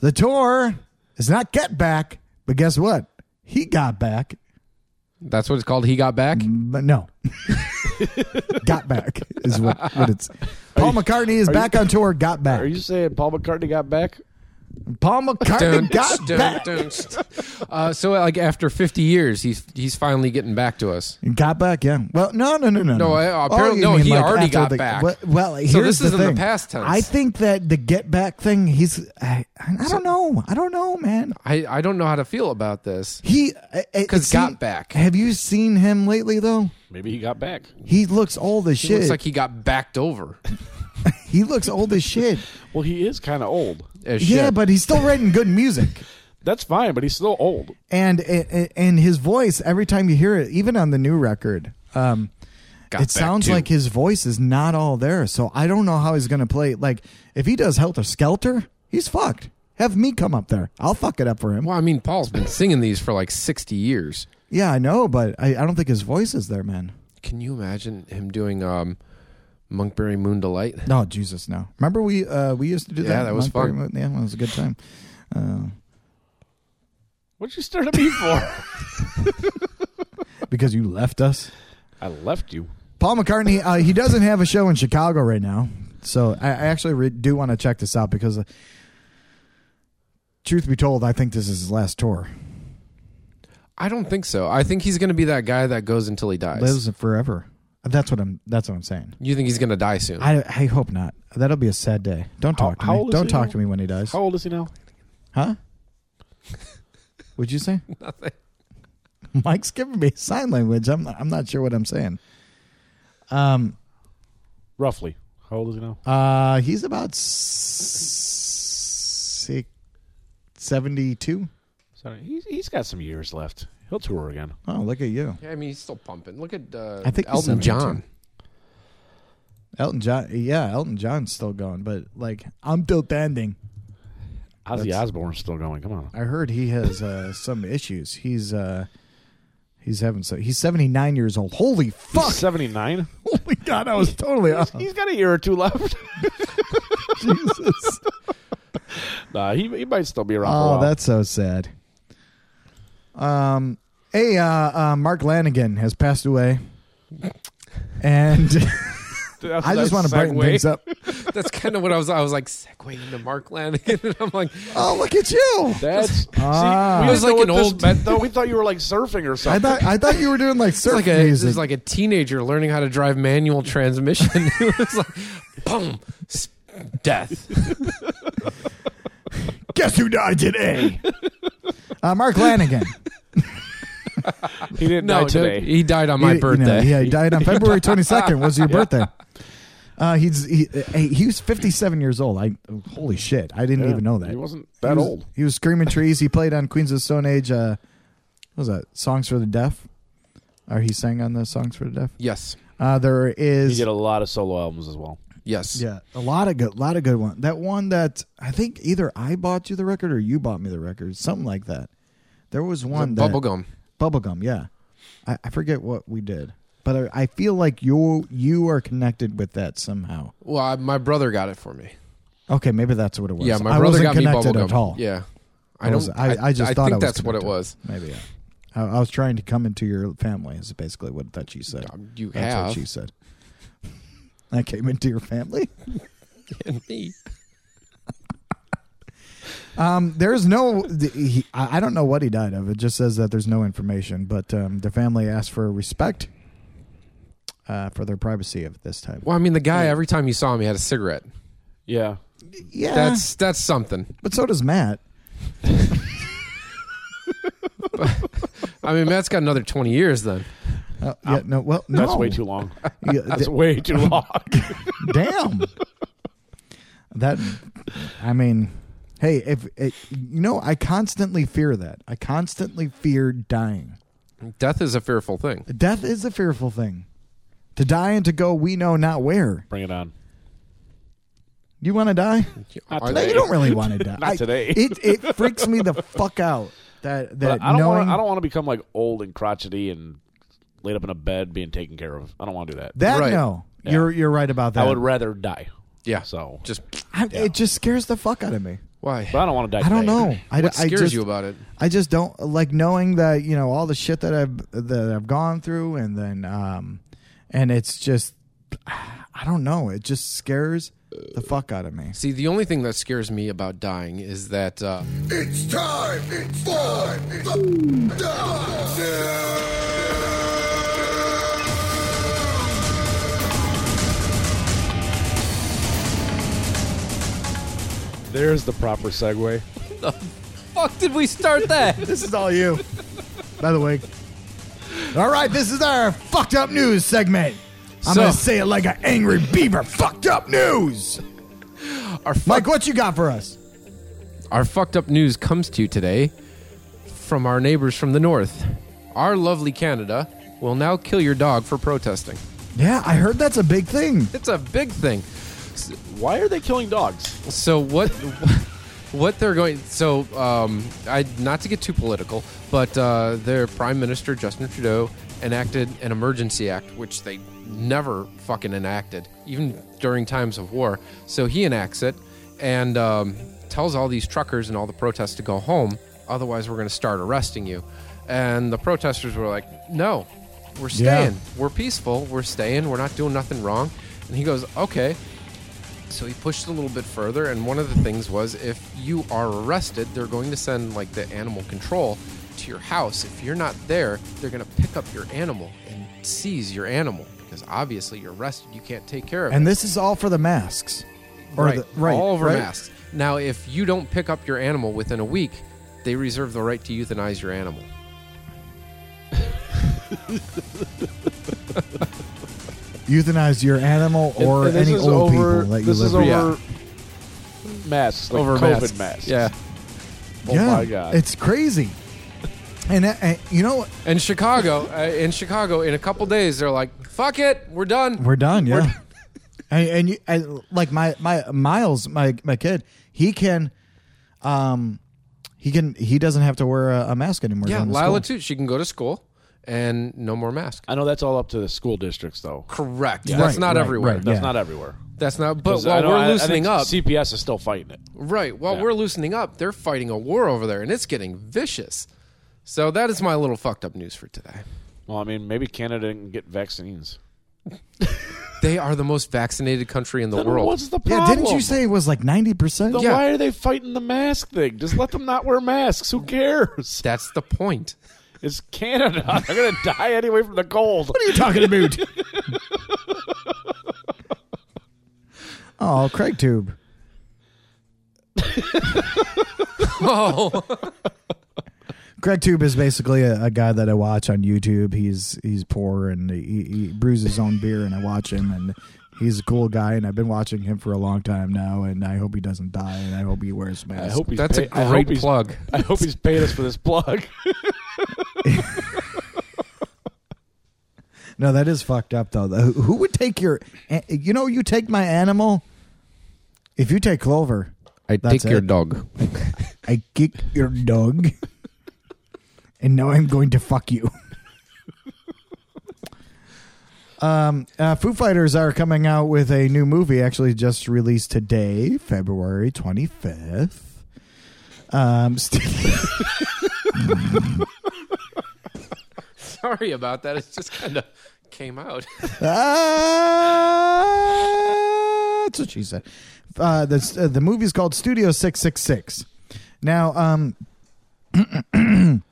Speaker 3: The tour is not Get Back, but guess what? He got back,
Speaker 6: That's what it's called. He got back.
Speaker 3: but no. got back is what, what it's. Paul McCartney is back on tour, got back.
Speaker 5: Are you saying Paul McCartney got back?
Speaker 3: Paul McCartney got
Speaker 6: Dun,
Speaker 3: back.
Speaker 6: dun, dun. Uh, so like after 50 years, he's he's finally getting back to us.
Speaker 3: Got back, yeah. Well, no, no, no, no.
Speaker 6: No, I- uh, apparently-
Speaker 3: you
Speaker 6: no, he already
Speaker 3: after
Speaker 6: got
Speaker 3: the-
Speaker 6: back.
Speaker 3: Well, well,
Speaker 6: this
Speaker 3: here's the
Speaker 6: is in the
Speaker 3: thing.
Speaker 6: past tense.
Speaker 3: I think that the get back thing, he's. I, I don't know. I don't know, man.
Speaker 6: I, I don't know how to feel about this.
Speaker 3: He I- I-
Speaker 6: 'Cause
Speaker 3: see-
Speaker 6: got back.
Speaker 3: Have you seen him lately though?
Speaker 5: Maybe he got back.
Speaker 3: He looks old as
Speaker 6: It
Speaker 3: shit.
Speaker 6: looks like he got backed over.
Speaker 3: he looks old as shit.
Speaker 5: Well, he is kind of old.
Speaker 6: as
Speaker 3: yeah,
Speaker 6: shit.
Speaker 3: but he's still writing good music.
Speaker 5: That's fine, but he's still old.
Speaker 3: and, and and his voice every time you hear it, even on the new record, um,
Speaker 6: Got
Speaker 3: it
Speaker 6: back
Speaker 3: sounds
Speaker 6: too.
Speaker 3: like his voice is not all there. So I don't know how he's gonna play. Like if he does Helter Skelter, he's fucked. Have me come up there. I'll fuck it up for him.
Speaker 6: Well, I mean, Paul's been singing these for like 60 years.
Speaker 3: Yeah, I know, but I, I don't think his voice is there, man.
Speaker 6: Can you imagine him doing um, Monkberry Moon Delight?
Speaker 3: No, Jesus, no. Remember we uh, we used to do
Speaker 6: Yeah,
Speaker 3: that.
Speaker 6: that was
Speaker 3: Monkberry
Speaker 6: fun.
Speaker 3: Moon? Yeah, that was a good time. Uh,
Speaker 5: What'd you stare at me for?
Speaker 3: because you left us.
Speaker 5: I left you.
Speaker 3: Paul McCartney, uh, he doesn't have a show in Chicago right now. So I, I actually re- do want to check this out because, uh, truth be told, I think this is his last tour.
Speaker 6: I don't think so. I think he's going to be that guy that goes until he dies.
Speaker 3: Lives forever. That's what I'm. That's what I'm saying.
Speaker 6: You think he's going to die soon?
Speaker 3: I, I hope not. That'll be a sad day. Don't
Speaker 5: How-
Speaker 3: talk
Speaker 5: how
Speaker 3: to
Speaker 5: old
Speaker 3: me.
Speaker 5: is
Speaker 3: Don't
Speaker 5: he
Speaker 3: talk
Speaker 5: now?
Speaker 3: to me when he dies.
Speaker 5: How old is he now?
Speaker 3: Huh? Would you say
Speaker 6: Nothing.
Speaker 3: Mike's giving me sign language? I'm not, I'm not sure what I'm saying. Um.
Speaker 5: Roughly. How old is he now?
Speaker 3: Uh. He's about s- six, seventy-two.
Speaker 5: Sorry, he's, he's got some years left. He'll tour again.
Speaker 3: Oh, look at you.
Speaker 6: Yeah, I mean, he's still pumping. Look at uh,
Speaker 3: I think he's
Speaker 6: Elton
Speaker 3: 72.
Speaker 6: John.
Speaker 3: Elton John, yeah, Elton John's still going, but like I'm still standing.
Speaker 5: Ozzy
Speaker 3: That's-
Speaker 5: Osbourne's still going. Come on.
Speaker 3: I heard he has uh, some issues. He's uh he's having so he's 79 years old. Holy fuck!
Speaker 5: He's 79.
Speaker 3: Holy god, I was totally off.
Speaker 5: He's got a year or two left.
Speaker 3: Jesus.
Speaker 5: nah, he, he might still be around for a
Speaker 3: Oh,
Speaker 5: while.
Speaker 3: that's so sad. Um, hey, uh, uh, Mark Lanigan has passed away, and
Speaker 5: That's-
Speaker 3: I just
Speaker 5: that's
Speaker 3: want to brighten
Speaker 5: segue.
Speaker 3: things up.
Speaker 6: That's kind of what I was. I was like segueing into Mark Lanigan, and I'm like,
Speaker 3: Oh, look at you!
Speaker 5: That's
Speaker 3: Ah.
Speaker 5: see,
Speaker 3: It
Speaker 5: we
Speaker 6: was
Speaker 5: didn't
Speaker 6: like
Speaker 5: know
Speaker 6: an
Speaker 5: what this
Speaker 6: old-
Speaker 5: meant, though. We thought you were like surfing or
Speaker 3: I
Speaker 5: something.
Speaker 3: thought I thought you were doing like
Speaker 6: it's
Speaker 3: surf
Speaker 6: like a this
Speaker 3: music.
Speaker 6: is like a teenager learning how to drive manual transmission. it was like, boom, s- death.
Speaker 3: Guess who died today? uh, Mark Lanigan.
Speaker 5: he didn't
Speaker 6: No,
Speaker 5: die today.
Speaker 6: no, he died on my
Speaker 3: He- you know,
Speaker 6: birthday.
Speaker 3: yeah, he died on February 22nd. Was your birthday? Uh, he's he, hey, he was 57 years old. I holy shit, I didn't
Speaker 5: Yeah,
Speaker 3: even know that.
Speaker 5: He wasn't that
Speaker 3: He was-
Speaker 5: old.
Speaker 3: He was screaming trees. He played on Queens of the Stone Age. Uh, what was that songs for the deaf? Or he sang on the songs for the deaf.
Speaker 6: Yes,
Speaker 3: Uh, there
Speaker 5: He
Speaker 3: is
Speaker 5: did a lot of solo albums as well.
Speaker 6: yes.
Speaker 3: yeah a lot of good lot of good one. That one that I think either I bought you the record or you bought me the record, something like that. There was one that,
Speaker 6: Bubblegum.
Speaker 3: bubblegum yeah I, I forget what we did but I, I feel like you you are connected with that somehow
Speaker 6: Well, I, my brother got it for me.
Speaker 3: okay maybe that's what it was
Speaker 6: Yeah, my
Speaker 3: I
Speaker 6: brother
Speaker 3: wasn't
Speaker 6: got me
Speaker 3: connected
Speaker 6: bubblegum.
Speaker 3: at all
Speaker 6: Yeah, I
Speaker 3: I,
Speaker 6: don't.
Speaker 3: was, I, I just thought
Speaker 6: think
Speaker 3: I was
Speaker 6: that's what it
Speaker 3: connected.
Speaker 6: was.
Speaker 3: maybe yeah I, I was trying to come into your family is basically what that she said
Speaker 6: Um, You
Speaker 3: that's
Speaker 6: have
Speaker 3: what she said I came into your family
Speaker 6: and me.
Speaker 3: Um, there's no. the- He, I I don't know what he died of. It just says that there's no information. But um, the family asked for respect uh, for their privacy of this time.
Speaker 6: Well, I mean, the guy every time you saw him, he had a
Speaker 3: Eh.
Speaker 6: cigarette.
Speaker 5: Yeah.
Speaker 3: Yeah,
Speaker 6: That's that's something.
Speaker 3: but so does Matt.
Speaker 6: I mean, Matt's got another twenty years then.
Speaker 3: Uh, yeah, no. Well, no.
Speaker 5: Ah, That's way too long.
Speaker 3: Yeah,
Speaker 5: That's
Speaker 3: th-
Speaker 5: way too long.
Speaker 3: damn. that. I mean, hey, if it, you know, I constantly fear that. I constantly fear dying.
Speaker 6: Death is a fearful thing.
Speaker 3: Death is a fearful thing. To die and to go, we know not where.
Speaker 5: Bring it on.
Speaker 3: You want to die?
Speaker 5: Not
Speaker 6: Are
Speaker 5: today.
Speaker 3: No, you don't really want to die.
Speaker 5: Not
Speaker 3: I-
Speaker 5: today.
Speaker 3: it it freaks me the fuck out that that
Speaker 5: But I don't
Speaker 3: knowing
Speaker 5: want. I don't want to become like old and crotchety and laid up in a bed being taken care of. I don't want to do that.
Speaker 3: that
Speaker 6: Right.
Speaker 3: no.
Speaker 5: Yeah.
Speaker 3: You're you're right about that.
Speaker 5: I would rather die.
Speaker 6: Yeah.
Speaker 5: So
Speaker 6: Just
Speaker 3: I- It just scares the fuck out of me.
Speaker 6: Why?
Speaker 5: But I don't want to die.
Speaker 3: I don't
Speaker 5: today.
Speaker 3: know. I,
Speaker 6: What
Speaker 3: I
Speaker 6: scares
Speaker 3: just,
Speaker 6: you about it?
Speaker 3: I just don't like knowing that you know all the shit that I've that I've gone through, and then um, and it's just I don't know. It just scares the fuck out of me.
Speaker 6: See, the only thing that scares me about dying is that uh,
Speaker 10: It's time for the
Speaker 5: There's the proper segue.
Speaker 6: fuck did we start that?
Speaker 3: This is all you, by the way. All right, this is our fucked up news segment. I'm
Speaker 6: So-
Speaker 3: gonna say it like an angry beaver. Fucked up news.
Speaker 6: Our fuck-
Speaker 3: Mike, what you got for us?
Speaker 6: Our fucked up news comes to you today from our neighbors from the north. Our lovely Canada will now kill your dog for protesting.
Speaker 3: Yeah, I heard that's a big thing.
Speaker 6: It's a big thing.
Speaker 5: Why are they killing dogs?
Speaker 6: So what? What they're going so um, I not to get too political, but uh, their prime minister Justin Trudeau enacted an emergency act, which they never fucking enacted, even during times of war. So he enacts it and um, tells all these truckers and all the protests to go home, otherwise we're going to start arresting you. And the protesters were like, "No, we're
Speaker 3: Yeah.
Speaker 6: staying. We're peaceful. We're staying. We're not doing nothing wrong." And he goes, "Okay." So he pushed a little bit further, and one of the things was if you are arrested, they're going to send like the animal control to your house. If you're not there, they're going to pick up your animal and seize your animal because obviously you're arrested. You can't take care of it.
Speaker 3: And this is all for the masks. Or
Speaker 6: right,
Speaker 3: the- right,
Speaker 6: all over
Speaker 3: right.
Speaker 6: masks. Now, if you don't pick up your animal within a week, they reserve the right to euthanize your animal.
Speaker 3: Euthanize your animal
Speaker 5: And-
Speaker 3: or
Speaker 5: and
Speaker 3: any
Speaker 5: this is
Speaker 3: old
Speaker 5: over,
Speaker 3: people that you
Speaker 5: This
Speaker 3: live
Speaker 5: is
Speaker 3: with.
Speaker 5: over
Speaker 6: Yeah.
Speaker 5: masks, like
Speaker 6: over
Speaker 5: COVID
Speaker 6: masks.
Speaker 5: masks.
Speaker 6: Yeah.
Speaker 5: Oh my god.
Speaker 3: It's crazy. And, uh, and you know what?
Speaker 6: And Chicago, uh, in Chicago, in a couple days, they're like, fuck it, we're done.
Speaker 3: We're done. Yeah. and and, you, and like my my Miles, my my kid, he can, um, he can he doesn't have to wear a, a mask anymore.
Speaker 6: yeah,
Speaker 3: going to
Speaker 6: Lila,
Speaker 3: school.
Speaker 6: too, she can go to school and no more mask.
Speaker 5: I know that's all up to the school districts, though.
Speaker 6: Correct.
Speaker 3: Yeah.
Speaker 6: That's
Speaker 3: Right,
Speaker 6: not
Speaker 3: right,
Speaker 6: everywhere.
Speaker 3: right.
Speaker 5: That's
Speaker 3: Yeah.
Speaker 5: not everywhere.
Speaker 6: That's not. But
Speaker 5: 'Cause I
Speaker 6: while
Speaker 5: know-
Speaker 6: we're
Speaker 5: I- I
Speaker 6: loosening
Speaker 5: think
Speaker 6: up,
Speaker 5: CPS is still fighting it.
Speaker 6: right? While
Speaker 5: Yeah.
Speaker 6: we're loosening up, they're fighting a war over there, and it's getting vicious. So that is my little fucked up news for today.
Speaker 5: Well, I mean, maybe Canada can get vaccines.
Speaker 6: They are the most vaccinated country in the
Speaker 5: Then
Speaker 6: world.
Speaker 5: What's the
Speaker 3: Yeah,
Speaker 5: problem?
Speaker 3: didn't you say it was like ninety percent?
Speaker 5: Then
Speaker 6: Yeah.
Speaker 5: Why are they fighting the mask thing? Just let them not wear masks. Who cares?
Speaker 6: That's the point.
Speaker 5: It's Canada. They're gonna die anyway from the cold. What are you
Speaker 3: Talking about. oh, Craig Tube.
Speaker 6: Oh,
Speaker 3: Greg Tube is basically a, a guy that I watch on YouTube. He's he's poor and he, he brews his own beer, and I watch him, and he's a cool guy, and I've been watching him for a long time now, and I hope he doesn't die, and I hope he wears a mask.
Speaker 5: I hope he's
Speaker 6: that's a
Speaker 5: pay- I hope
Speaker 6: great
Speaker 5: he's-
Speaker 6: plug.
Speaker 5: I hope he's paid us for this plug.
Speaker 3: no, that is fucked up though. Who, who would take your? a- You know, you take my animal. If you take Clover,
Speaker 6: I
Speaker 3: That's
Speaker 6: take your
Speaker 3: it.
Speaker 6: dog.
Speaker 3: I kick your dog, and now I'm going to fuck you. um, uh, Foo Fighters are coming out with a new movie, actually just released today, February 25th. Um, st-
Speaker 6: Sorry about that. It just kind of came out.
Speaker 3: Ah, that's what she said. Uh, the uh, the movie's called Studio Six Six Six. Now, um,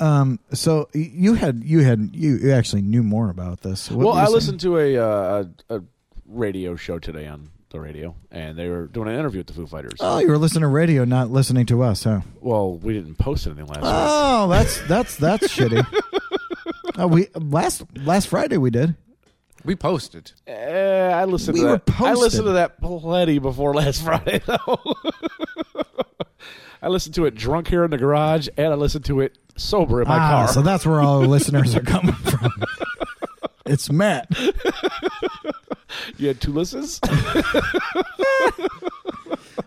Speaker 3: um, so y- you had you had you, you actually knew more about this. What
Speaker 5: well,
Speaker 3: were
Speaker 5: I
Speaker 3: you saying?
Speaker 5: listened to a, uh, a a radio show today on the radio, and they were doing an interview with the Foo Fighters.
Speaker 3: Oh, you were listening to radio, not listening to us, huh?
Speaker 5: well, we didn't post anything last week.
Speaker 3: Oh, that's that's that's shitty. Oh, we last last Friday we did.
Speaker 6: We posted.
Speaker 5: Eh, I listened.
Speaker 3: We
Speaker 5: to
Speaker 3: were
Speaker 5: that. I
Speaker 3: posted.
Speaker 5: listened to that plenty before last Friday, though. I listened to it drunk here in the garage, and I listened to it sober in my
Speaker 3: ah,
Speaker 5: car.
Speaker 3: so that's where all the listeners are coming from. It's Matt.
Speaker 5: you had two listens.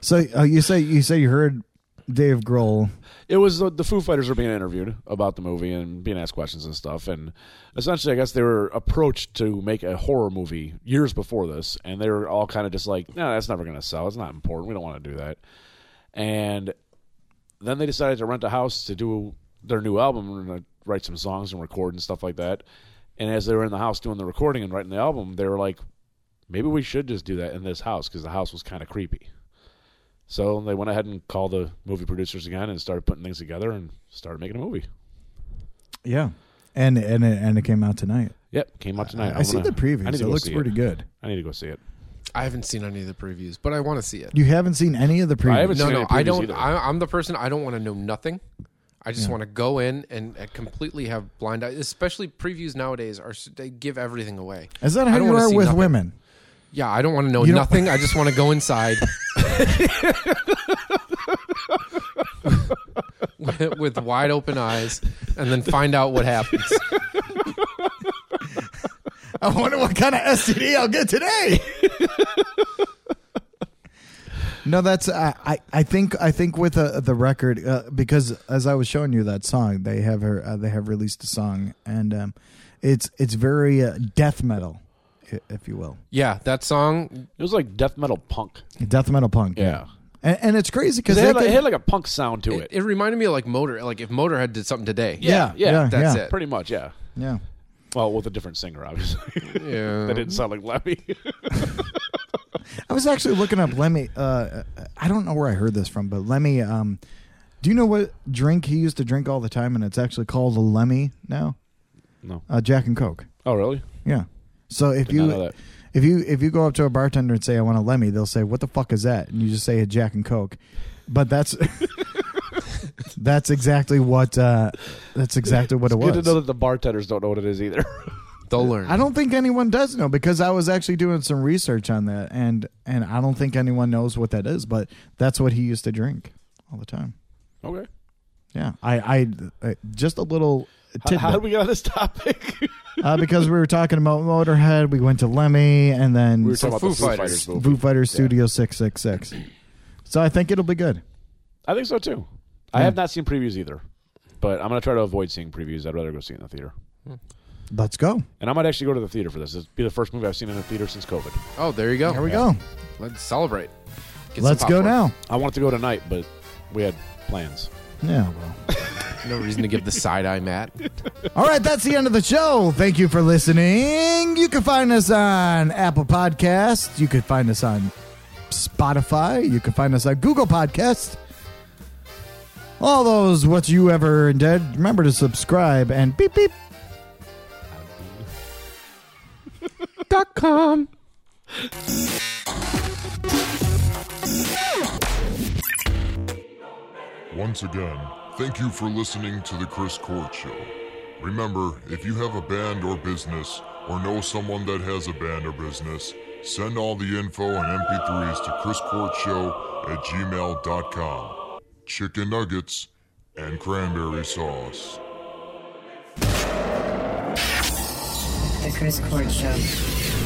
Speaker 3: So uh, you say you say you heard Dave Grohl.
Speaker 5: it was uh, the, the Foo Fighters were being interviewed about the movie and being asked questions and stuff. And essentially, I guess they were approached to make a horror movie years before this, and they were all kind of just like, "No, that's never going to sell. It's not important. We don't want to do that." and then they decided to rent a house to do their new album and uh, write some songs and record and stuff like that. And as they were in the house doing the recording and writing the album, they were like, maybe we should just do that in this house because the house was kind of creepy. So they went ahead and called the movie producers again and started putting things together and started making a movie.
Speaker 3: Yeah, and and it, and it came out tonight.
Speaker 5: Yep, came out tonight.
Speaker 3: I- I
Speaker 5: I'm
Speaker 3: see the previews.
Speaker 5: I need to
Speaker 3: It
Speaker 5: go
Speaker 3: looks
Speaker 5: see
Speaker 3: pretty good.
Speaker 5: I need to go see it.
Speaker 6: I haven't seen any of the previews, but I want to see it.
Speaker 3: You haven't seen any of the previews.
Speaker 5: I haven't
Speaker 6: no,
Speaker 5: seen
Speaker 6: no,
Speaker 5: any
Speaker 6: I
Speaker 5: previews
Speaker 6: don't.
Speaker 5: either.
Speaker 6: I, I'm the person. I don't want to know nothing. I just want to go in and uh, completely have blind eyes. Especially previews nowadays are s- they give everything away.
Speaker 3: Is that
Speaker 6: I
Speaker 3: how
Speaker 6: don't
Speaker 3: you
Speaker 6: wanna
Speaker 3: are
Speaker 6: see
Speaker 3: with
Speaker 6: nothing.
Speaker 3: women?
Speaker 6: Yeah, I don't want to know
Speaker 3: You don't-
Speaker 6: nothing. I just want to go inside. with, with wide open eyes and then find out what happens.
Speaker 3: I wonder what kind of STD I'll get today. no, that's I, I. I think I think with uh, the record uh, because as I was showing you that song, they have her. Uh, they have released a song, and um, it's it's very uh, death metal, i- if you will,
Speaker 6: Yeah, that song.
Speaker 5: It was like death metal punk.
Speaker 3: death metal punk.
Speaker 5: Yeah.
Speaker 3: and, and it's crazy
Speaker 5: Because
Speaker 3: because they
Speaker 5: it, had like-
Speaker 3: could-
Speaker 5: it had like a punk sound to
Speaker 6: It,
Speaker 5: it.
Speaker 6: it reminded me of like Motor, like if Motorhead did something today.
Speaker 3: yeah,
Speaker 5: yeah,
Speaker 3: yeah,
Speaker 6: that's
Speaker 3: yeah,
Speaker 6: it.
Speaker 5: Pretty much, yeah.
Speaker 3: Yeah.
Speaker 5: Well, with a different singer, obviously.
Speaker 6: Yeah.
Speaker 5: that didn't sound like Lemmy.
Speaker 3: I was actually looking up Lemmy. Uh, I don't know where I heard this from, but Lemmy. Um, do you know what drink he used to drink all the time, and it's actually called a Lemmy now?
Speaker 5: No.
Speaker 3: uh, Jack and Coke.
Speaker 5: oh, really?
Speaker 3: Yeah. So if
Speaker 5: Did not know
Speaker 3: you
Speaker 5: that.
Speaker 3: if you if you go up to a bartender and say I want a Lemmy, they'll say what the fuck is that, and you just say a Jack and Coke. But that's that's exactly what uh, that's exactly what it
Speaker 5: Good to know
Speaker 3: was.
Speaker 5: that the bartenders don't know what it is either.
Speaker 6: They'll learn.
Speaker 3: I don't think anyone does know because I was actually doing some research on that, and and I don't think anyone knows what that is. But that's what he used to drink all the time.
Speaker 5: okay.
Speaker 3: Yeah, I, I, I just a little
Speaker 5: How,
Speaker 3: tidbit
Speaker 5: how did we get on this topic?
Speaker 3: uh, because we were talking about Motorhead. We went to Lemmy, and then
Speaker 5: we were
Speaker 3: some
Speaker 5: talking
Speaker 6: Foo
Speaker 5: about the Foo
Speaker 6: Fighters.
Speaker 5: Fighters. movie.
Speaker 3: Foo Fighters Studio Six Six Six. So I think it'll be good.
Speaker 5: I think so too. I have not seen previews either, but I'm gonna try to avoid seeing previews. I'd rather go see it in the theater.
Speaker 3: Let's go.
Speaker 5: And I might actually go to the theater for this. This would be the first movie I've seen in the theater since COVID.
Speaker 6: Oh, there you go.
Speaker 3: Here we go.
Speaker 6: Let's celebrate. Get some
Speaker 3: Let's go
Speaker 6: popcorn.
Speaker 3: now.
Speaker 5: I wanted to go tonight, but we had plans.
Speaker 3: Yeah. Well.
Speaker 6: No reason to give the side eye, Matt.
Speaker 3: All right, that's the end of the show. Thank you for listening. You can find us on Apple Podcasts. You can find us on Spotify. You can find us on Google Podcasts. All those what you ever did. Remember to subscribe and beep beep.
Speaker 6: Dot com.
Speaker 10: Once again, thank you for listening to The Chris Court Show. Remember, if you have a band or business, or know someone that has a band or business, send all the info and MP3s to chriscourtshow at gmail.com. Chicken nuggets and cranberry sauce.
Speaker 7: The Chris Court Show.